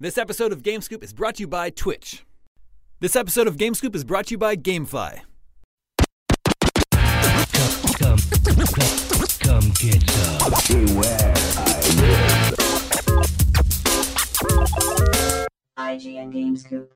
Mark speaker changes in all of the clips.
Speaker 1: This episode of Game Scoop is brought to you by Twitch. This episode of Game Scoop is brought to you by GameFly.
Speaker 2: come, come, come get some.
Speaker 3: IGN Gamescoop.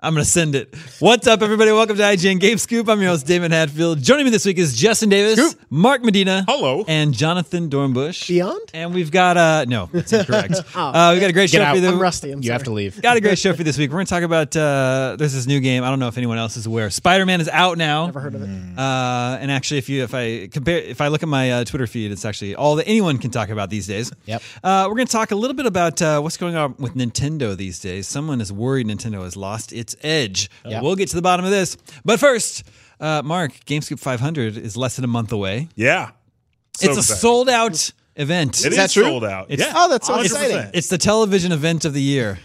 Speaker 1: I'm going to send it. What's up, everybody? Welcome to IGN Game Scoop. I'm your host, Damon Hatfield. Joining me this week is Justin Davis, Mark Medina,
Speaker 4: Hello.
Speaker 1: and Jonathan Dornbush.
Speaker 5: Beyond? Oh.
Speaker 1: And we've got, uh, no, that's incorrect. uh, we've got a great show
Speaker 4: out.
Speaker 1: for you.
Speaker 5: I'm rusty. I'm
Speaker 4: you have to leave.
Speaker 1: Got a great show for you this week. We're going to talk about uh, there's this new game. I don't know if anyone else is aware. Spider Man is out now.
Speaker 5: Never heard of it.
Speaker 1: Uh, and actually, if you if I compare if I look at my uh, Twitter feed, it's actually all that anyone can talk about these days.
Speaker 4: Yep.
Speaker 1: Uh, we're going to talk a little bit about uh, what's going on with Nintendo these days. Someone is worried Nintendo has lost its edge.
Speaker 4: Yep.
Speaker 1: We'll get to the bottom of this, but first. Uh, Mark, GameScoop 500 is less than a month away.
Speaker 6: Yeah. So
Speaker 1: it's a
Speaker 6: excited.
Speaker 1: sold out event.
Speaker 6: It is,
Speaker 5: that true?
Speaker 6: sold out.
Speaker 1: It's-
Speaker 6: yeah.
Speaker 5: Oh, that's so
Speaker 6: 100%.
Speaker 5: exciting.
Speaker 1: It's the television event of the year,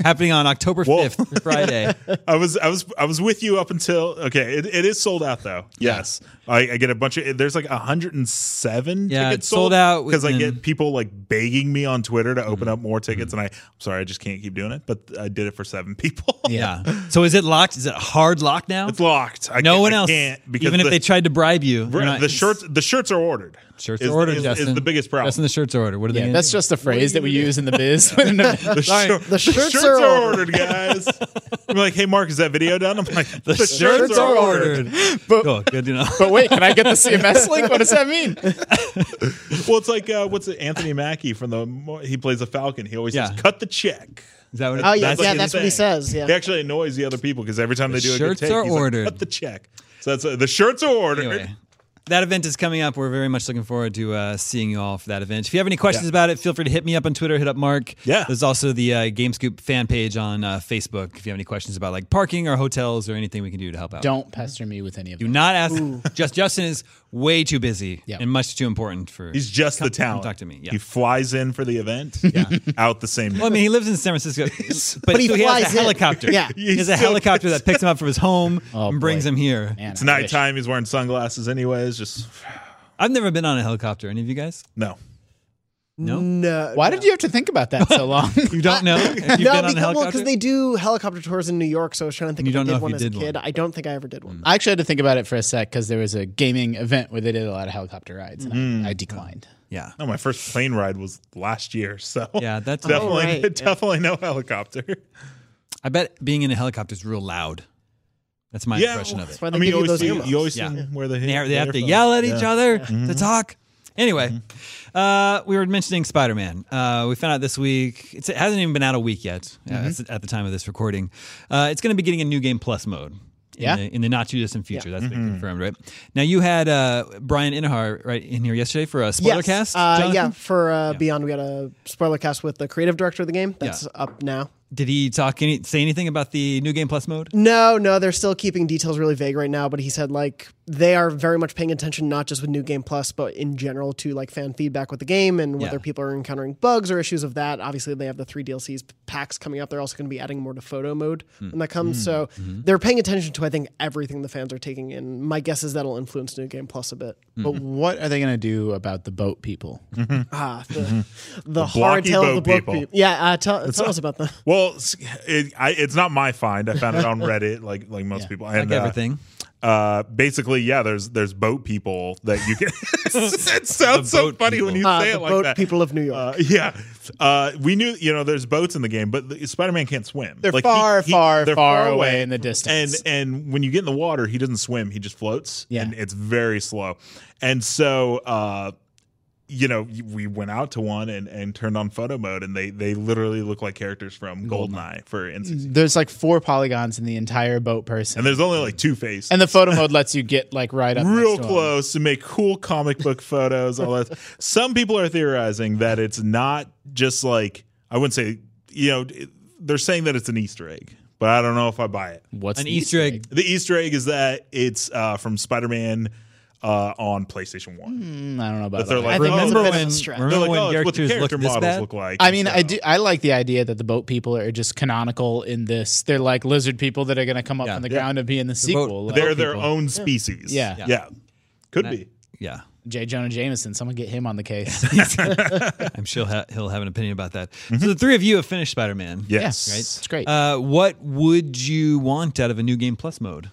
Speaker 1: happening on October
Speaker 6: Whoa.
Speaker 1: 5th, Friday.
Speaker 6: I was I was I was with you up until okay. It, it is sold out though. Yes, I, I get a bunch of there's like 107
Speaker 1: Yeah,
Speaker 6: tickets
Speaker 1: it's sold
Speaker 6: sold
Speaker 1: out
Speaker 6: because I
Speaker 1: within- Mm-hmm.
Speaker 6: get people like begging me on Twitter to open up more tickets, and I I'm sorry I just can't keep doing it. But I did it for seven people.
Speaker 1: Yeah. So is it locked? Is it hard locked now?
Speaker 6: it's locked. I
Speaker 1: no
Speaker 6: can't-
Speaker 1: one
Speaker 6: I
Speaker 1: else.
Speaker 6: can't because
Speaker 1: Even if
Speaker 6: the,
Speaker 1: they tried to bribe you,
Speaker 6: the
Speaker 1: you're not-
Speaker 6: shirts the shirts are ordered.
Speaker 1: Shirts
Speaker 6: is,
Speaker 1: are ordered.
Speaker 6: is,
Speaker 1: Justin.
Speaker 6: is the biggest problem.
Speaker 1: Justin, the shirts are ordered. What are they?
Speaker 4: Yeah,
Speaker 1: gonna
Speaker 4: that's
Speaker 1: do?
Speaker 4: just a phrase that we use in the biz. When an event-
Speaker 6: the,
Speaker 1: Sorry,
Speaker 6: shir-
Speaker 1: the
Speaker 6: the
Speaker 5: shirts
Speaker 6: shirts,
Speaker 5: are
Speaker 6: are ordered, guys. I'm like, hey, Mark, is that video done? I'm like, the, shirts are ordered.
Speaker 1: But,
Speaker 4: But-
Speaker 1: oh, good to know.
Speaker 4: but wait, can I get the CMS link? What does that mean?
Speaker 6: Well, it's like uh, what's it? Anthony Mackie from the he plays a Falcon. He always
Speaker 1: Yeah.
Speaker 6: says, "Cut the check."
Speaker 1: Is that what it,
Speaker 5: Oh, yeah,
Speaker 6: That's
Speaker 5: yeah,
Speaker 6: like
Speaker 5: that's what he
Speaker 6: insane.
Speaker 5: says. Yeah.
Speaker 6: He actually annoys the other people because every time they do a good
Speaker 1: shirts
Speaker 6: take,
Speaker 1: are
Speaker 6: he's like,
Speaker 1: ordered.
Speaker 6: Cut the check. So that's uh, the shirts are ordered.
Speaker 1: Anyway, that event is coming up. We're very much looking forward to uh, seeing you all for that event. If you have any questions
Speaker 6: Yeah.
Speaker 1: about it, feel free to hit me up on Twitter. Hit up Mark.
Speaker 6: Yeah.
Speaker 1: There's also the uh, Game Scoop fan page on uh, Facebook. If you have any questions about like parking or hotels or anything we can do to help out.
Speaker 4: Don't pester me with any of
Speaker 1: Do
Speaker 4: them.
Speaker 1: not ask. Just Justin is way too busy
Speaker 4: Yeah.
Speaker 1: and much too important for.
Speaker 6: He's just the talent.
Speaker 1: talk to me, yeah.
Speaker 6: He flies in for the event. Out the same.
Speaker 1: well, I
Speaker 6: day.
Speaker 1: mean, he lives in San Francisco, but,
Speaker 5: he
Speaker 1: so he
Speaker 5: flies
Speaker 1: has a
Speaker 5: in.
Speaker 1: helicopter.
Speaker 5: Yeah.
Speaker 1: he has
Speaker 6: He's
Speaker 1: a
Speaker 6: still-
Speaker 1: helicopter that picks him up from his home
Speaker 4: Oh,
Speaker 1: and brings
Speaker 4: boy.
Speaker 1: him here.
Speaker 4: Man,
Speaker 6: It's
Speaker 4: I wish.
Speaker 6: nighttime. He's wearing sunglasses, anyways. Just
Speaker 1: I've never been on a helicopter. Any of you guys?
Speaker 6: no.
Speaker 1: No.
Speaker 5: No.
Speaker 4: Why did you have to think about that so long?
Speaker 1: Uh, You don't know? If you've
Speaker 5: no,
Speaker 1: been on
Speaker 5: because,
Speaker 1: a helicopter?
Speaker 5: because they do helicopter tours in New York, so I was trying to think
Speaker 1: You
Speaker 5: if
Speaker 1: don't know
Speaker 5: I did
Speaker 1: if
Speaker 5: one
Speaker 1: you
Speaker 5: as a
Speaker 1: did one. Mm.
Speaker 5: kid. I don't think I ever did one.
Speaker 4: I actually had to think about it for a sec because there was a gaming event where they did a lot of helicopter rides, and I, I declined.
Speaker 1: yeah.
Speaker 6: No, my first plane ride was last year, so
Speaker 1: Yeah, that's-
Speaker 6: definitely
Speaker 5: Oh, right, yeah.
Speaker 6: definitely no helicopter.
Speaker 1: I bet being in a helicopter is real loud. That's my
Speaker 6: Yeah,
Speaker 1: impression of it.
Speaker 5: That's why they
Speaker 6: I mean,
Speaker 5: give
Speaker 6: you
Speaker 5: you
Speaker 6: always
Speaker 5: those
Speaker 6: see,
Speaker 5: earmuffs.
Speaker 6: you always see
Speaker 1: Yeah.
Speaker 6: them where the
Speaker 1: They, have- they have to yell at each other
Speaker 5: Mm-hmm.
Speaker 1: to talk. Anyway, uh, we were mentioning Spider Man. Uh, we found out this week, it's, it hasn't even been out a week yet uh,
Speaker 5: Mm-hmm.
Speaker 1: it's at the time of this recording. Uh, it's going to be getting a new game plus mode. In,
Speaker 4: Yeah.
Speaker 1: the, in the not too distant future, that's been
Speaker 5: Mm-hmm.
Speaker 1: confirmed, right? Now you had uh, Brian Inhar right in here yesterday for a spoiler
Speaker 5: Yes.
Speaker 1: cast.
Speaker 5: Uh,
Speaker 1: Jonathan?
Speaker 5: yeah, for uh, Beyond, we got a spoiler cast with the creative director of the game. That's up now.
Speaker 1: Did he talk any say anything about the new game plus mode?
Speaker 5: No, no, they're still keeping details really vague right now, but he said like they are very much paying attention not just with New Game Plus, but in general to like fan feedback with the game and whether
Speaker 1: Yeah.
Speaker 5: people are encountering bugs or issues of that. Obviously, they have the three DLCs packs coming up. They're also going to be adding more to photo mode
Speaker 6: Hmm.
Speaker 5: when that comes. So
Speaker 6: Mm-hmm.
Speaker 5: they're paying attention to I think everything the fans are taking in. My guess is that'll influence New Game Plus a bit.
Speaker 6: Hmm.
Speaker 4: But what are they going to do about the boat people?
Speaker 5: Ah,
Speaker 6: Mm-hmm.
Speaker 5: the, the, hard
Speaker 6: blocky
Speaker 5: tale of the
Speaker 6: boat
Speaker 5: block
Speaker 6: people.
Speaker 5: people. Yeah, uh, tell, tell us about them.
Speaker 6: Well, it's- it, I, it's not my find. I found it on Reddit, like like most people. And,
Speaker 1: Like
Speaker 6: uh,
Speaker 1: everything.
Speaker 6: Uh, basically, yeah. There's there's boat people that you can. it sounds so
Speaker 1: boat
Speaker 6: funny
Speaker 1: people.
Speaker 6: when you
Speaker 5: Uh,
Speaker 6: say
Speaker 5: the
Speaker 6: it like
Speaker 5: boat
Speaker 6: that.
Speaker 5: people of New York.
Speaker 6: Uh, yeah, uh, we knew you know there's boats in the game, but the, Spider-Man can't swim.
Speaker 4: They're
Speaker 6: Like,
Speaker 4: far, far,
Speaker 6: they're
Speaker 4: far away in the distance.
Speaker 6: And and when you get in the water, he doesn't swim; he just floats,
Speaker 4: Yeah.
Speaker 6: and it's very slow. And so, uh, you know, we went out to one and, and turned on photo mode, and they they literally look like characters from Goldeneye for instance.
Speaker 4: There's like four polygons in the entire boat person,
Speaker 6: And there's only like two faces.
Speaker 4: and the photo mode lets you get like right up
Speaker 6: real
Speaker 4: next to 'em.
Speaker 6: close to make cool comic book photos. All that. Some people are theorizing that it's not just like I wouldn't say you know it- they're saying that it's an Easter egg, but I don't know if I buy it.
Speaker 4: What's
Speaker 1: An
Speaker 4: the
Speaker 1: Easter egg.
Speaker 6: The Easter egg is that it's uh, from Spider Man uh, on PlayStation One.
Speaker 4: Mm, I don't know about
Speaker 6: But
Speaker 4: that.
Speaker 6: they're like,
Speaker 5: I think that's a
Speaker 6: remember
Speaker 5: bit of a
Speaker 6: when?
Speaker 5: stretch.
Speaker 1: remember
Speaker 6: they're like,
Speaker 1: when
Speaker 6: oh, it's what the
Speaker 1: characters
Speaker 6: character
Speaker 1: looked this
Speaker 6: models
Speaker 1: bad?
Speaker 6: look like.
Speaker 4: I mean,
Speaker 6: and
Speaker 4: I
Speaker 6: stuff.
Speaker 4: do. I like the idea that the boat people are just canonical in this. They're like lizard people that are going to come up
Speaker 1: Yeah.
Speaker 4: from the
Speaker 1: Yeah.
Speaker 4: ground and be in the
Speaker 1: boat-
Speaker 4: sequel.
Speaker 1: the
Speaker 4: like-
Speaker 6: They're their
Speaker 1: people.
Speaker 6: own species.
Speaker 4: Yeah.
Speaker 6: yeah, could
Speaker 1: And I-
Speaker 6: be.
Speaker 1: Yeah.
Speaker 4: J. Jonah Jameson, someone get him on the case.
Speaker 1: I'm sure he'll, ha- he'll have an opinion about that. So the three of you have finished Spider Man.
Speaker 6: Yes.
Speaker 4: Mm-hmm. Yeah, It's great.
Speaker 1: Uh, what would you want out of a new game plus mode?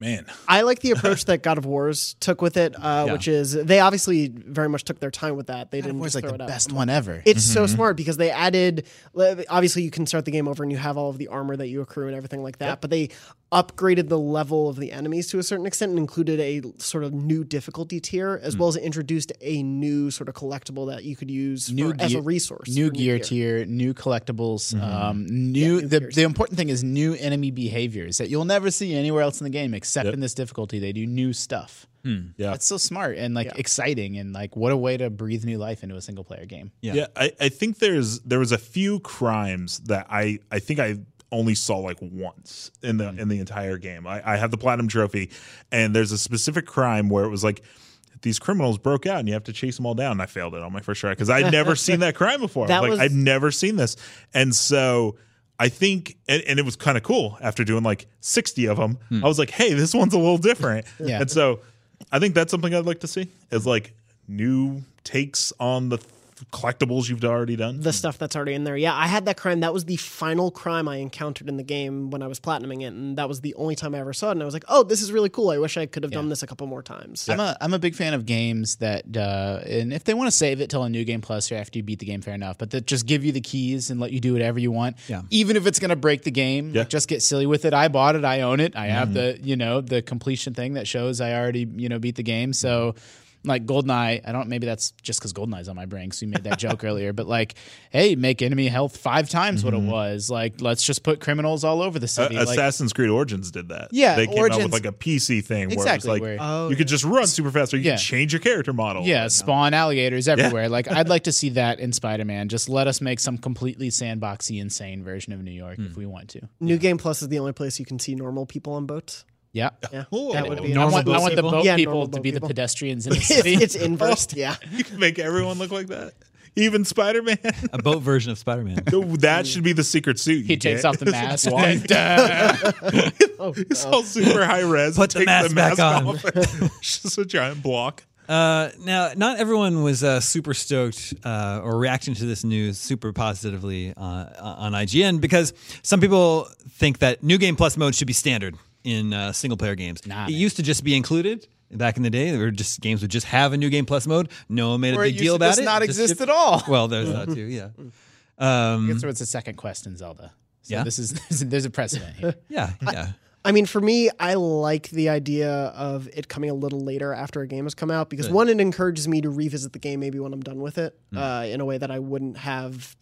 Speaker 6: Man.
Speaker 5: I like the approach that God of Wars took with it, uh,
Speaker 1: Yeah.
Speaker 5: which is they obviously very much took their time with that. They didn't
Speaker 4: was
Speaker 5: just
Speaker 4: like
Speaker 5: throw
Speaker 4: the
Speaker 5: it out.
Speaker 4: best one ever.
Speaker 5: It's so
Speaker 4: Mm-hmm.
Speaker 5: smart because they added. li- Obviously, you can start the game over and you have all of the armor that you accrue and everything like that. But they upgraded the level of the enemies to a certain extent and included a sort of new difficulty tier,
Speaker 4: Hmm.
Speaker 5: as well as introduced a new sort of collectible that you could use
Speaker 4: New
Speaker 5: for, as a
Speaker 4: gear-
Speaker 5: resource. Mm-hmm.
Speaker 4: new
Speaker 5: for
Speaker 4: gear tier, new collectibles, um, new, the, the important thing is new enemy behaviors that you'll never see anywhere else in the game except in this difficulty. They do new stuff.
Speaker 6: Yeah.
Speaker 4: That's so smart and like exciting and like what a way to breathe new life into a single player game.
Speaker 1: Yeah.
Speaker 6: Yeah. I, I think there's there was a few crimes that I I think I only saw like once in
Speaker 5: Hmm.
Speaker 6: the in the entire game. I, I have the platinum trophy, and there's a specific crime where it was like these criminals broke out and you have to chase them all down. And I failed it on my first try because I'd never seen that crime before.
Speaker 5: That
Speaker 6: like
Speaker 5: was-
Speaker 6: I've never seen this, and so. I think, and, and it was kind of cool after doing like 60 of them. I was like, hey, this one's a little different.
Speaker 4: Yeah.
Speaker 6: And so I think that's something I'd like to see is like new takes on the th- collectibles you've already done.
Speaker 5: the stuff that's already in there. Yeah, I had that crime. That was the final crime I encountered in the game when I was platinuming it, and that was the only time I ever saw it. And I was like, "Oh, this is really cool. I wish I could have done this a couple more times."
Speaker 4: I'm a I'm a big fan of games that, uh, and if they want to save it till a new game plus or after you beat the game, fair enough. But that just give you the keys and let you do whatever you want,
Speaker 1: Yeah.
Speaker 4: even if it's gonna break the game.
Speaker 6: Yeah.
Speaker 4: Like, just get silly with it. I bought it. I own it. I have the you know the completion thing that shows I already you know beat the game. So. Like Goldeneye, I don't. Maybe that's just because Goldeneye's on my brain. So you made that joke earlier, but like, hey, make enemy health five times what it was. Like, let's just put criminals all over the
Speaker 6: Uh,
Speaker 4: city. like,
Speaker 6: Assassin's Creed Origins did that.
Speaker 4: Yeah,
Speaker 6: they came out
Speaker 4: Origins-
Speaker 6: with like a PC thing
Speaker 4: Exactly,
Speaker 6: where
Speaker 4: where-
Speaker 6: it's like you could just run super fast or you
Speaker 4: Yeah.
Speaker 6: could change your character model.
Speaker 4: Yeah, spawn alligators everywhere. Like I'd like to see that in Spider Man. Just let us make some completely sandboxy, insane version of New York if we want to.
Speaker 5: New Game Plus is the only place you can see normal people on boats.
Speaker 4: Yeah.
Speaker 5: Yeah,
Speaker 6: Cool.
Speaker 5: that would be.
Speaker 4: I want,
Speaker 1: boat
Speaker 4: I want the
Speaker 1: people?
Speaker 4: boat
Speaker 5: Yeah, normal
Speaker 4: people to
Speaker 5: boat
Speaker 4: be
Speaker 5: people.
Speaker 4: the pedestrians in the
Speaker 5: it's,
Speaker 4: city.
Speaker 5: it's inversed. Yeah,
Speaker 6: You could make everyone look like that. Even Spider Man.
Speaker 1: A boat version of Spider Man.
Speaker 6: that should be the secret suit.
Speaker 4: he takes off the mask.
Speaker 6: It's all super high res.
Speaker 1: Put
Speaker 6: He
Speaker 1: the
Speaker 6: takes
Speaker 1: mask back
Speaker 6: off. it's just a giant block.
Speaker 1: Uh, now, not everyone was uh, super stoked uh, or reacting to this news super positively uh, on IGN because some people think that New Game Plus mode should be standard in uh, single player games.
Speaker 4: Nah,
Speaker 1: it
Speaker 4: man.
Speaker 1: used to just be included. Back in the day, there were just games would just have a new game plus mode. No one made a
Speaker 4: Or it
Speaker 1: big
Speaker 4: used
Speaker 1: deal
Speaker 4: to
Speaker 1: about
Speaker 4: just
Speaker 1: it.
Speaker 4: not
Speaker 1: It
Speaker 4: exist at all.
Speaker 1: Well, there's that too. Yeah,
Speaker 4: so it's the second quest in Zelda. So
Speaker 1: Yeah.
Speaker 4: this is there's a precedent here.
Speaker 1: yeah, yeah.
Speaker 5: I mean, for me, I like the idea of it coming a little later after a game has come out because one, it encourages me to revisit the game maybe when I'm done with it uh, in a way that I wouldn't have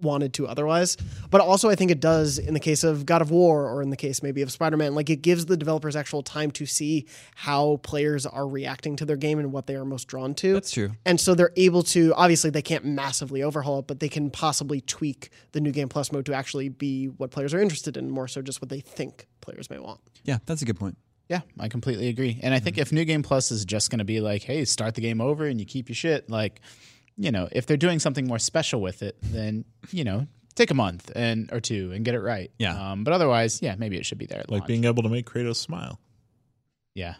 Speaker 5: wanted to otherwise. But also, I think it does in the case of God of War or in the case maybe of Spider Man, like it gives the developers actual time to see how players are reacting to their game and what they are most drawn to.
Speaker 1: That's true.
Speaker 5: And so they're able to obviously they can't massively overhaul it, but they can possibly tweak the new game plus mode to actually be what players are interested in, more so just what they think players may want.
Speaker 1: yeah, that's a good point.
Speaker 4: Yeah, I completely agree. And I think
Speaker 6: Mm-hmm.
Speaker 4: if New Game Plus is just going to be like, hey, start the game over and you keep your shit, like, you know, if they're doing something more special with it, then, you know, take a month and or two and get it right.
Speaker 1: Yeah.
Speaker 4: Um, but otherwise, yeah, maybe it should be there. At
Speaker 6: Like
Speaker 4: launch.
Speaker 6: being able to make Kratos smile.
Speaker 4: yeah.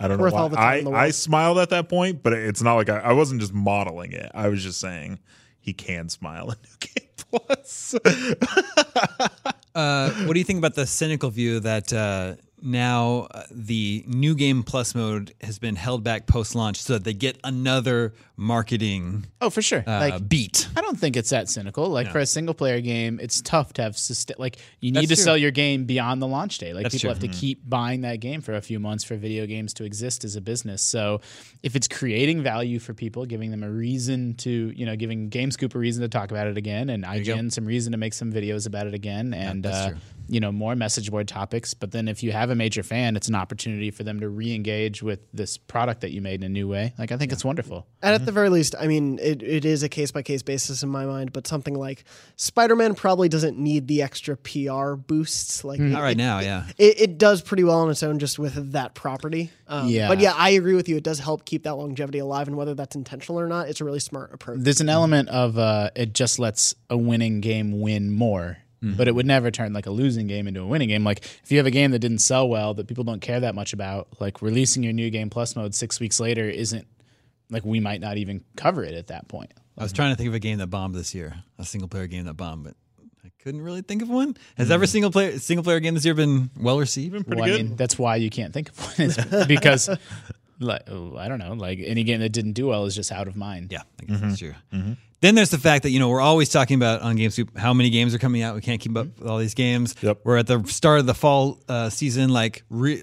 Speaker 6: I don't
Speaker 5: Worth
Speaker 6: know.
Speaker 5: all the
Speaker 6: Why.
Speaker 5: time
Speaker 6: I,
Speaker 5: in the world.
Speaker 6: I smiled at that point, but it's not like I, I wasn't just modeling it. I was just saying he can smile in New Game Plus.
Speaker 1: Uh, what do you think about the cynical view that uh, now uh, the new game plus mode has been held back post launch so that they get another marketing
Speaker 4: Oh, for sure.
Speaker 1: uh,
Speaker 4: like,
Speaker 1: beat?
Speaker 4: I don't think it's that cynical. Like for a single player game, it's tough to have sustain. Like you need
Speaker 1: That's
Speaker 4: to
Speaker 1: true.
Speaker 4: sell your game beyond the launch day. Like
Speaker 1: That's
Speaker 4: people
Speaker 1: true. Mm-hmm.
Speaker 4: have to keep buying that game for a few months for video games to exist as a business. So if it's creating value for people, giving them a reason to, you know, giving GameScoop a reason to talk about it again, and IGN some reason to make some videos about it again, and
Speaker 1: that's
Speaker 4: uh,
Speaker 1: true.
Speaker 4: you know more message board topics. But then if you have a major fan, it's an opportunity for them to re-engage with this product that you made in a new way. Like I think it's wonderful.
Speaker 5: And at the very least, I mean, it, it is a case by case basis in my mind, but something like Spider Man probably doesn't need the extra PR boosts. Like,
Speaker 1: Not right now, yeah.
Speaker 5: it, it does pretty well on its own just with that property. Um,
Speaker 4: Yeah.
Speaker 5: But yeah, I agree with you. It does help keep that longevity alive. And whether that's intentional or not, it's a really smart approach.
Speaker 4: There's an element of uh, it just lets a winning game win more but it would never turn like a losing game into a winning game. Like if you have a game that didn't sell well that people don't care that much about, like releasing your new game plus mode six weeks later isn't like we might not even cover it at that point.
Speaker 1: I was trying to think of a game that bombed this year, a single player game that bombed, but I couldn't really think of one. Has every single player single player game this year been well received?
Speaker 6: Pretty
Speaker 4: Well, I
Speaker 6: good.
Speaker 4: mean, that's why you can't think of one is because like oh, I don't know, like any game that didn't do well is just out of mind.
Speaker 1: Yeah, I
Speaker 6: Mm-hmm.
Speaker 1: guess that's true. Then there's the fact that you know we're always talking about on GameScoop how many games are coming out. We can't keep up with all these games.
Speaker 6: Mm-hmm. Yep.
Speaker 1: We're at the start of the fall uh, season. Like, re-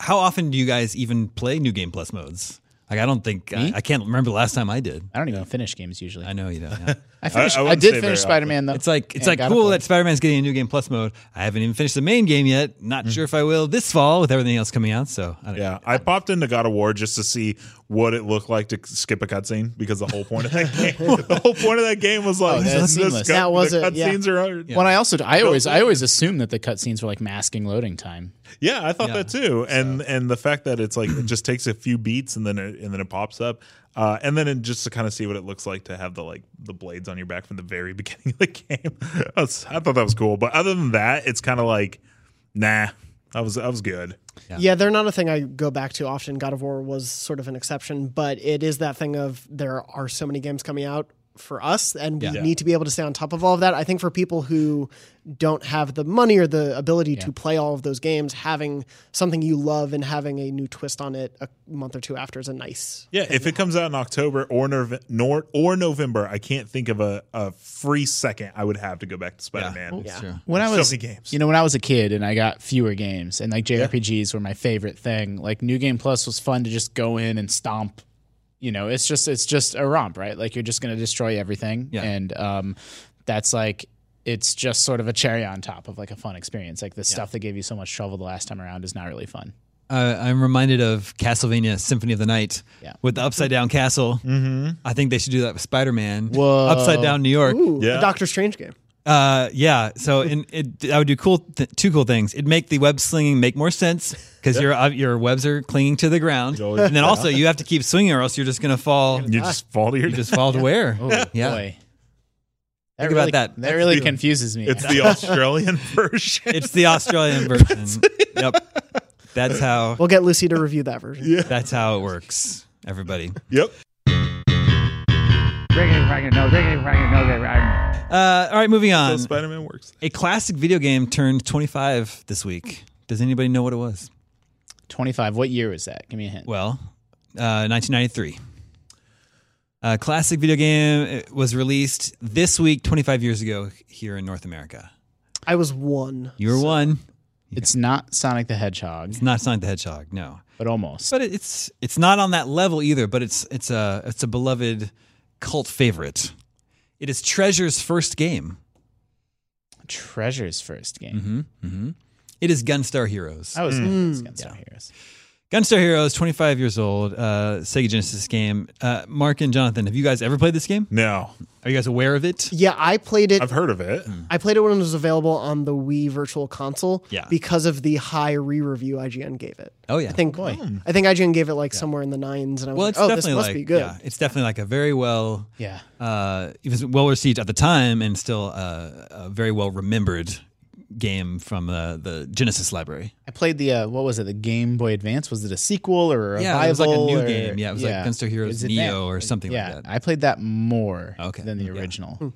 Speaker 1: how often do you guys even play new game plus modes? Like, I don't think I, I can't remember the last time I did.
Speaker 4: I don't even finish games usually.
Speaker 1: I know you don't. yeah.
Speaker 4: I finished.
Speaker 6: I
Speaker 4: I,
Speaker 6: wouldn't
Speaker 4: did
Speaker 6: say very
Speaker 4: finish
Speaker 6: often.
Speaker 4: Spider Man though.
Speaker 1: It's like it's
Speaker 4: and
Speaker 1: like
Speaker 4: God of
Speaker 1: cool
Speaker 4: War.
Speaker 1: that Spider Man's getting a new game plus mode. I haven't even finished the main game yet. Not sure if I will this fall with everything else coming out. So I don't
Speaker 6: Mm. Yeah, I popped into God of War just to see what it looked like to skip a cutscene because the whole point of that game, the whole point of that game was like,
Speaker 4: Oh, that's
Speaker 6: this
Speaker 4: seamless.
Speaker 6: cut-
Speaker 5: That was
Speaker 6: the
Speaker 5: it, yeah.
Speaker 6: Cutscenes are
Speaker 4: When I also I always I always assume that the cutscenes were like masking loading time.
Speaker 6: yeah, I thought
Speaker 1: Yeah.
Speaker 6: that too, and and the fact that it's like it just takes a few beats and then it, and then it pops up, uh, and then it, just to kind of see what it looks like to have the like the blades on your back from the very beginning of the game. I, was- I thought that was cool, but other than that, it's kind of like nah, I was I was good.
Speaker 1: Yeah.
Speaker 5: Yeah. they're not a thing I go back to often. God of War was sort of an exception, but it is that thing of there are so many games coming out for us, and we
Speaker 1: Yeah.
Speaker 5: need to be able to stay on top of all of that. I think for people who don't have the money or the ability to play all of those games, having something you love and having a new twist on it a month or two after is a nice.
Speaker 6: Yeah, if it comes out in October or Nov- nor- or November, I can't think of a, a free second I would have to go back to Spider Man.
Speaker 1: That's true.
Speaker 4: When I
Speaker 6: So
Speaker 4: was
Speaker 6: many games.
Speaker 4: you know when I was a kid and I got fewer games and like JRPGs were my favorite thing. Like New Game Plus was fun to just go in and stomp. You know, it's just it's just a romp, right? Like you're just going to destroy everything,
Speaker 1: Yeah.
Speaker 4: and um, that's like it's just sort of a cherry on top of like a fun experience. Like the stuff that gave you so much trouble the last time around is not really fun.
Speaker 1: uh, I'm reminded of Castlevania Symphony of the Night
Speaker 4: Yeah.
Speaker 1: with the upside down castle. Mm-hmm. I think they should do that with Spider Man.
Speaker 4: Whoa.
Speaker 1: Upside down New York.
Speaker 5: Ooh,
Speaker 6: Yeah.
Speaker 5: a Doctor Strange game.
Speaker 1: Uh, yeah. So in, it, I would do cool th- two cool things. It'd make the web slinging make more sense because your uh, your webs are clinging to the ground,
Speaker 6: always-
Speaker 1: and then also you have to keep swinging or else you're just gonna fall.
Speaker 6: You just fall to your
Speaker 1: You just fall to where? yeah.
Speaker 4: Boy. That
Speaker 1: Think about
Speaker 4: really-
Speaker 1: that.
Speaker 4: That really confuses me.
Speaker 6: It's the Australian version.
Speaker 1: It's the Australian version. yep. That's how.
Speaker 5: We'll get Lucy to review that version.
Speaker 1: That's how it works. Everybody.
Speaker 6: yep.
Speaker 2: Riggedy, raggedy, no, riggedy, raggedy, no, riggedy, raggedy.
Speaker 1: Uh, all right, moving on.
Speaker 6: Spider Man works.
Speaker 1: A classic video game turned 25 this week. Does anybody know what it was?
Speaker 4: 25. What year was that? Give me a hint.
Speaker 1: Well, uh, 1993. A classic video game uh, was released this week, 25 years ago, here in North America.
Speaker 5: I was one.
Speaker 1: You were one.
Speaker 4: It's not Sonic the Hedgehog,
Speaker 1: It's not Sonic the Hedgehog, no.
Speaker 4: but almost.
Speaker 1: But it- it's it's not on that level either. But it's it's a it's a beloved cult favorite. It is Treasure's first game.
Speaker 4: Treasure's first game.
Speaker 1: It is Gunstar Heroes.
Speaker 4: I was mm. against our heroes.
Speaker 1: Gunstar Heroes, 25 years old, uh, Sega Genesis game. Uh, Mark and Jonathan, have you guys ever played this game?
Speaker 6: No,
Speaker 1: Are you guys aware of it? Hmm.
Speaker 5: Yeah, I played it.
Speaker 6: I've heard of it.
Speaker 5: I played it when it was available on the Wii Virtual Console.
Speaker 1: Yeah.
Speaker 5: Because of the high re-review IGN gave it.
Speaker 1: Oh yeah.
Speaker 5: I think
Speaker 6: Hmm.
Speaker 5: I think IGN gave it like somewhere in the nines, and I was
Speaker 1: well,
Speaker 5: like,
Speaker 1: it's
Speaker 5: "Oh, this
Speaker 1: definitely
Speaker 5: must
Speaker 1: like
Speaker 5: be good."
Speaker 1: yeah, it's definitely like a very well
Speaker 4: Yeah.
Speaker 1: uh, it was well received at the time and still uh, a very well remembered game from uh, the Genesis library.
Speaker 4: I played the, uh, what was it, the Game Boy Advance? Was it a sequel or a revival?
Speaker 1: Yeah, it was like a new
Speaker 4: or-
Speaker 1: game. Yeah, it was like Gunstar Heroes
Speaker 4: Was it
Speaker 1: Neo or something like
Speaker 4: yeah,
Speaker 1: that.
Speaker 4: I played that more
Speaker 1: Okay.
Speaker 4: than the original.
Speaker 1: Uh,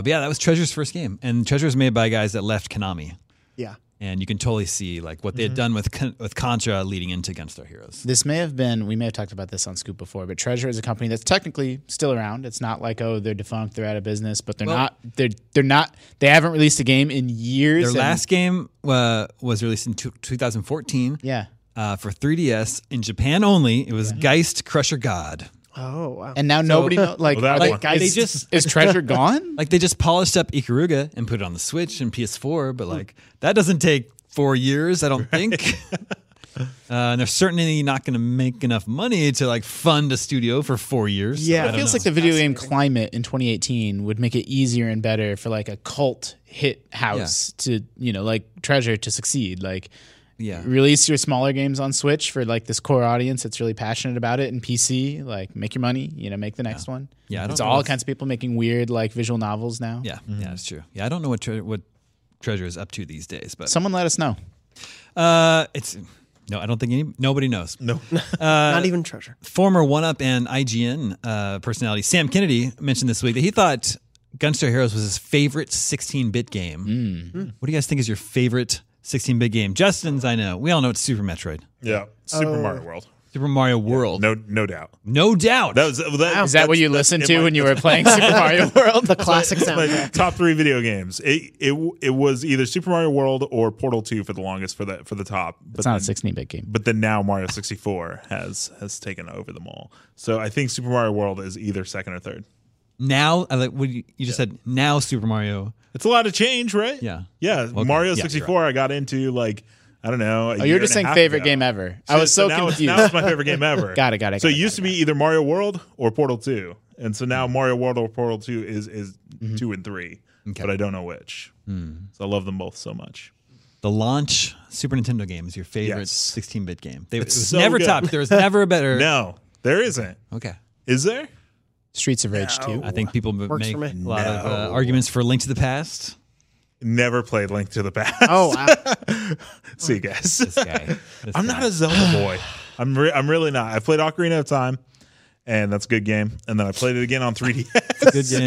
Speaker 1: but yeah, that was Treasure's first game, and Treasure was made by guys that left Konami,
Speaker 5: Yeah.
Speaker 1: and you can totally see like what they had done with Con- with Contra leading into Gunstar Heroes.
Speaker 4: This may have been, we may have talked about this on Scoop before, but Treasure is a company that's technically still around. It's not like, oh, they're defunct, they're out of business, but they're
Speaker 1: Well-
Speaker 4: not, they're, they're not, they haven't released a game in years.
Speaker 1: Their
Speaker 4: and-
Speaker 1: last game uh, was released in two- 2014
Speaker 4: Yeah.
Speaker 1: uh, for 3DS in Japan only. It was Geist Crusher God.
Speaker 5: Oh wow.
Speaker 4: And now nobody knows, like,
Speaker 6: Well, that
Speaker 4: are
Speaker 6: one.
Speaker 4: they,
Speaker 1: They
Speaker 4: is,
Speaker 1: just-
Speaker 4: is Treasure gone?
Speaker 1: Like they just polished up Ikaruga and put it on the Switch and PS4, but like that doesn't take four years, I don't think. uh, and they're certainly not going to make enough money to like fund a studio for four years.
Speaker 5: Yeah.
Speaker 1: I
Speaker 5: It
Speaker 1: don't
Speaker 4: It feels
Speaker 1: know.
Speaker 4: like the video game climate in 2018 would make it easier and better for like a cult hit house to, you know, like Treasure to succeed. Like,
Speaker 1: Yeah.
Speaker 4: release your smaller games on Switch for like this core audience that's really passionate about it and PC. Like, make your money, you know, make the next one.
Speaker 1: Yeah, I don't
Speaker 4: it's
Speaker 1: know
Speaker 4: all
Speaker 1: what's-
Speaker 4: kinds of people making weird like visual novels now.
Speaker 1: yeah, yeah, that's true. Yeah, I don't know what tre- what treasure is up to these days. But
Speaker 4: Someone let us know.
Speaker 1: uh, it's no, I don't think any, nobody knows.
Speaker 6: No.
Speaker 1: Uh,
Speaker 5: Not even treasure.
Speaker 1: Former One Up and IGN uh, personality Sam Kennedy mentioned this week that he thought Gunstar Heroes was his favorite 16-bit game.
Speaker 6: Hmm.
Speaker 1: What do you guys think is your favorite 16-bit game? Justin's, I know. We all know it's Super Metroid,
Speaker 6: yeah.
Speaker 1: Oh.
Speaker 6: Super Mario World.
Speaker 1: Super Mario World,
Speaker 6: No, no doubt.
Speaker 1: no, doubt.
Speaker 6: That was that,
Speaker 4: Is that what you listened to when you were playing Super Mario World? The classic
Speaker 6: my
Speaker 5: soundtrack.
Speaker 6: top three video games? It it it was either Super Mario World or Portal Two for the longest for the for the top. But
Speaker 4: It's not a
Speaker 6: then-
Speaker 4: 16 bit game.
Speaker 6: but then now Mario 64 has has taken over them all. So I think Super Mario World is either second or third.
Speaker 1: now, I like what you, you just said. Now Super Mario.
Speaker 6: It's a lot of change, right?
Speaker 1: Yeah.
Speaker 6: Yeah.
Speaker 1: Okay.
Speaker 6: Mario
Speaker 1: Yeah, you're
Speaker 6: 64 I got into like I don't know.
Speaker 4: Oh, you're just saying favorite game ever. I was so,
Speaker 6: now it's-
Speaker 4: confused.
Speaker 6: now it's my favorite game ever.
Speaker 4: Got it, got it,
Speaker 6: So
Speaker 4: got
Speaker 6: it
Speaker 4: it, Mm-hmm.
Speaker 6: used to be either Mario World or Portal 2. And so now Mario World or Portal 2 is is 2 and 3. But I don't know which.
Speaker 4: Hmm.
Speaker 6: So I love them both so much.
Speaker 1: the launch Super Nintendo game is your favorite
Speaker 6: Yes.
Speaker 1: 16-bit game. They, it was
Speaker 6: so
Speaker 1: never
Speaker 6: good.
Speaker 1: topped. There was never a better.
Speaker 6: No, there isn't.
Speaker 1: Okay.
Speaker 6: Is there?
Speaker 4: Streets of Rage 2.
Speaker 1: I think people m-
Speaker 5: Works
Speaker 1: make
Speaker 5: for
Speaker 1: a
Speaker 5: me.
Speaker 1: lot of uh,
Speaker 6: No.
Speaker 1: arguments for Link to the Past.
Speaker 6: Never played Link to the Past.
Speaker 5: Oh, wow.
Speaker 6: See you guys.
Speaker 1: Okay. This
Speaker 6: I'm
Speaker 1: guy.
Speaker 6: not a Zelda boy. I'm re- I'm really not. I played Ocarina of Time, and that's a good game. And then I played it again on 3DS.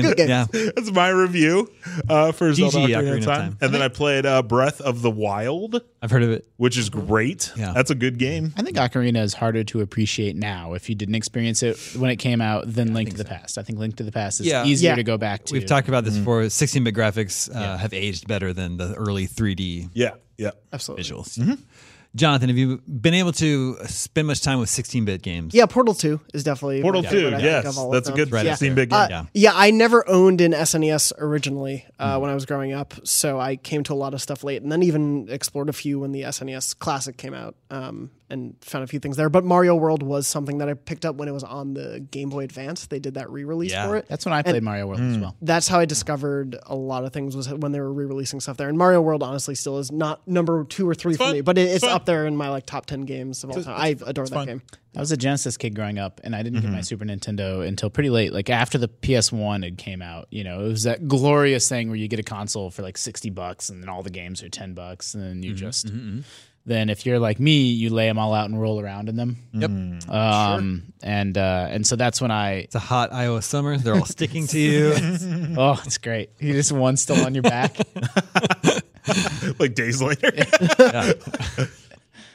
Speaker 1: good game. Yeah.
Speaker 6: that's my review uh, for Zelda
Speaker 1: GG,
Speaker 6: Ocarina, of Time. And then I played uh, Breath of the Wild,
Speaker 1: I've heard of it.
Speaker 6: which is great.
Speaker 1: Yeah.
Speaker 6: That's a good game.
Speaker 4: I think Ocarina is harder to appreciate now if you didn't experience it when it came out than Link to the Past. I think Link to the Past is
Speaker 1: Yeah.
Speaker 4: easier
Speaker 5: Yeah.
Speaker 4: to go back to.
Speaker 1: We've talked about this before. 16-bit graphics uh, have aged better than the early 3D
Speaker 6: Yeah, yeah.
Speaker 5: Absolutely.
Speaker 1: visuals. Jonathan, have you been able to spend much time with 16-bit games?
Speaker 5: Yeah, Portal 2 is definitely
Speaker 6: Portal
Speaker 5: my
Speaker 6: Two,
Speaker 5: favorite, I think,
Speaker 6: yes,
Speaker 5: of all of
Speaker 6: that's a
Speaker 5: them.
Speaker 6: good
Speaker 1: Right up
Speaker 6: 16
Speaker 1: there.
Speaker 6: big game.
Speaker 5: Uh,
Speaker 1: Yeah. Hmm.
Speaker 5: yeah. I never owned an SNES originally uh, when I was growing up, so I came to a lot of stuff late, and then even explored a few when the SNES Classic came out, um, and found a few things there. But Mario World was something that I picked up when it was on the Game Boy Advance. They did that re-release
Speaker 1: Yeah.
Speaker 5: for it.
Speaker 4: That's when I played Mario World
Speaker 1: Hmm.
Speaker 4: as well.
Speaker 5: That's how I discovered a lot of things was when they were re-releasing stuff there. And Mario World honestly still is not number two or three for
Speaker 6: fine.
Speaker 5: me, but it,
Speaker 6: It's
Speaker 5: it's,
Speaker 6: fine.
Speaker 5: up there in my like top ten games of all time. I adore that game.
Speaker 4: I was a Genesis kid growing up, and I didn't
Speaker 1: Mm-hmm.
Speaker 4: get my Super Nintendo until pretty late, like after the PS1 had came out. You know, it was that glorious thing where you get a console for like sixty bucks, and then all the games are ten bucks, and then you
Speaker 1: Mm-hmm,
Speaker 4: just then if you're like me, you lay them all out and roll around in them.
Speaker 1: Yep.
Speaker 4: Um, and uh, and so that's when I
Speaker 1: It's a hot Iowa summer. They're all sticking to you.
Speaker 4: oh, it's great. You just one still on your back.
Speaker 6: Like days later.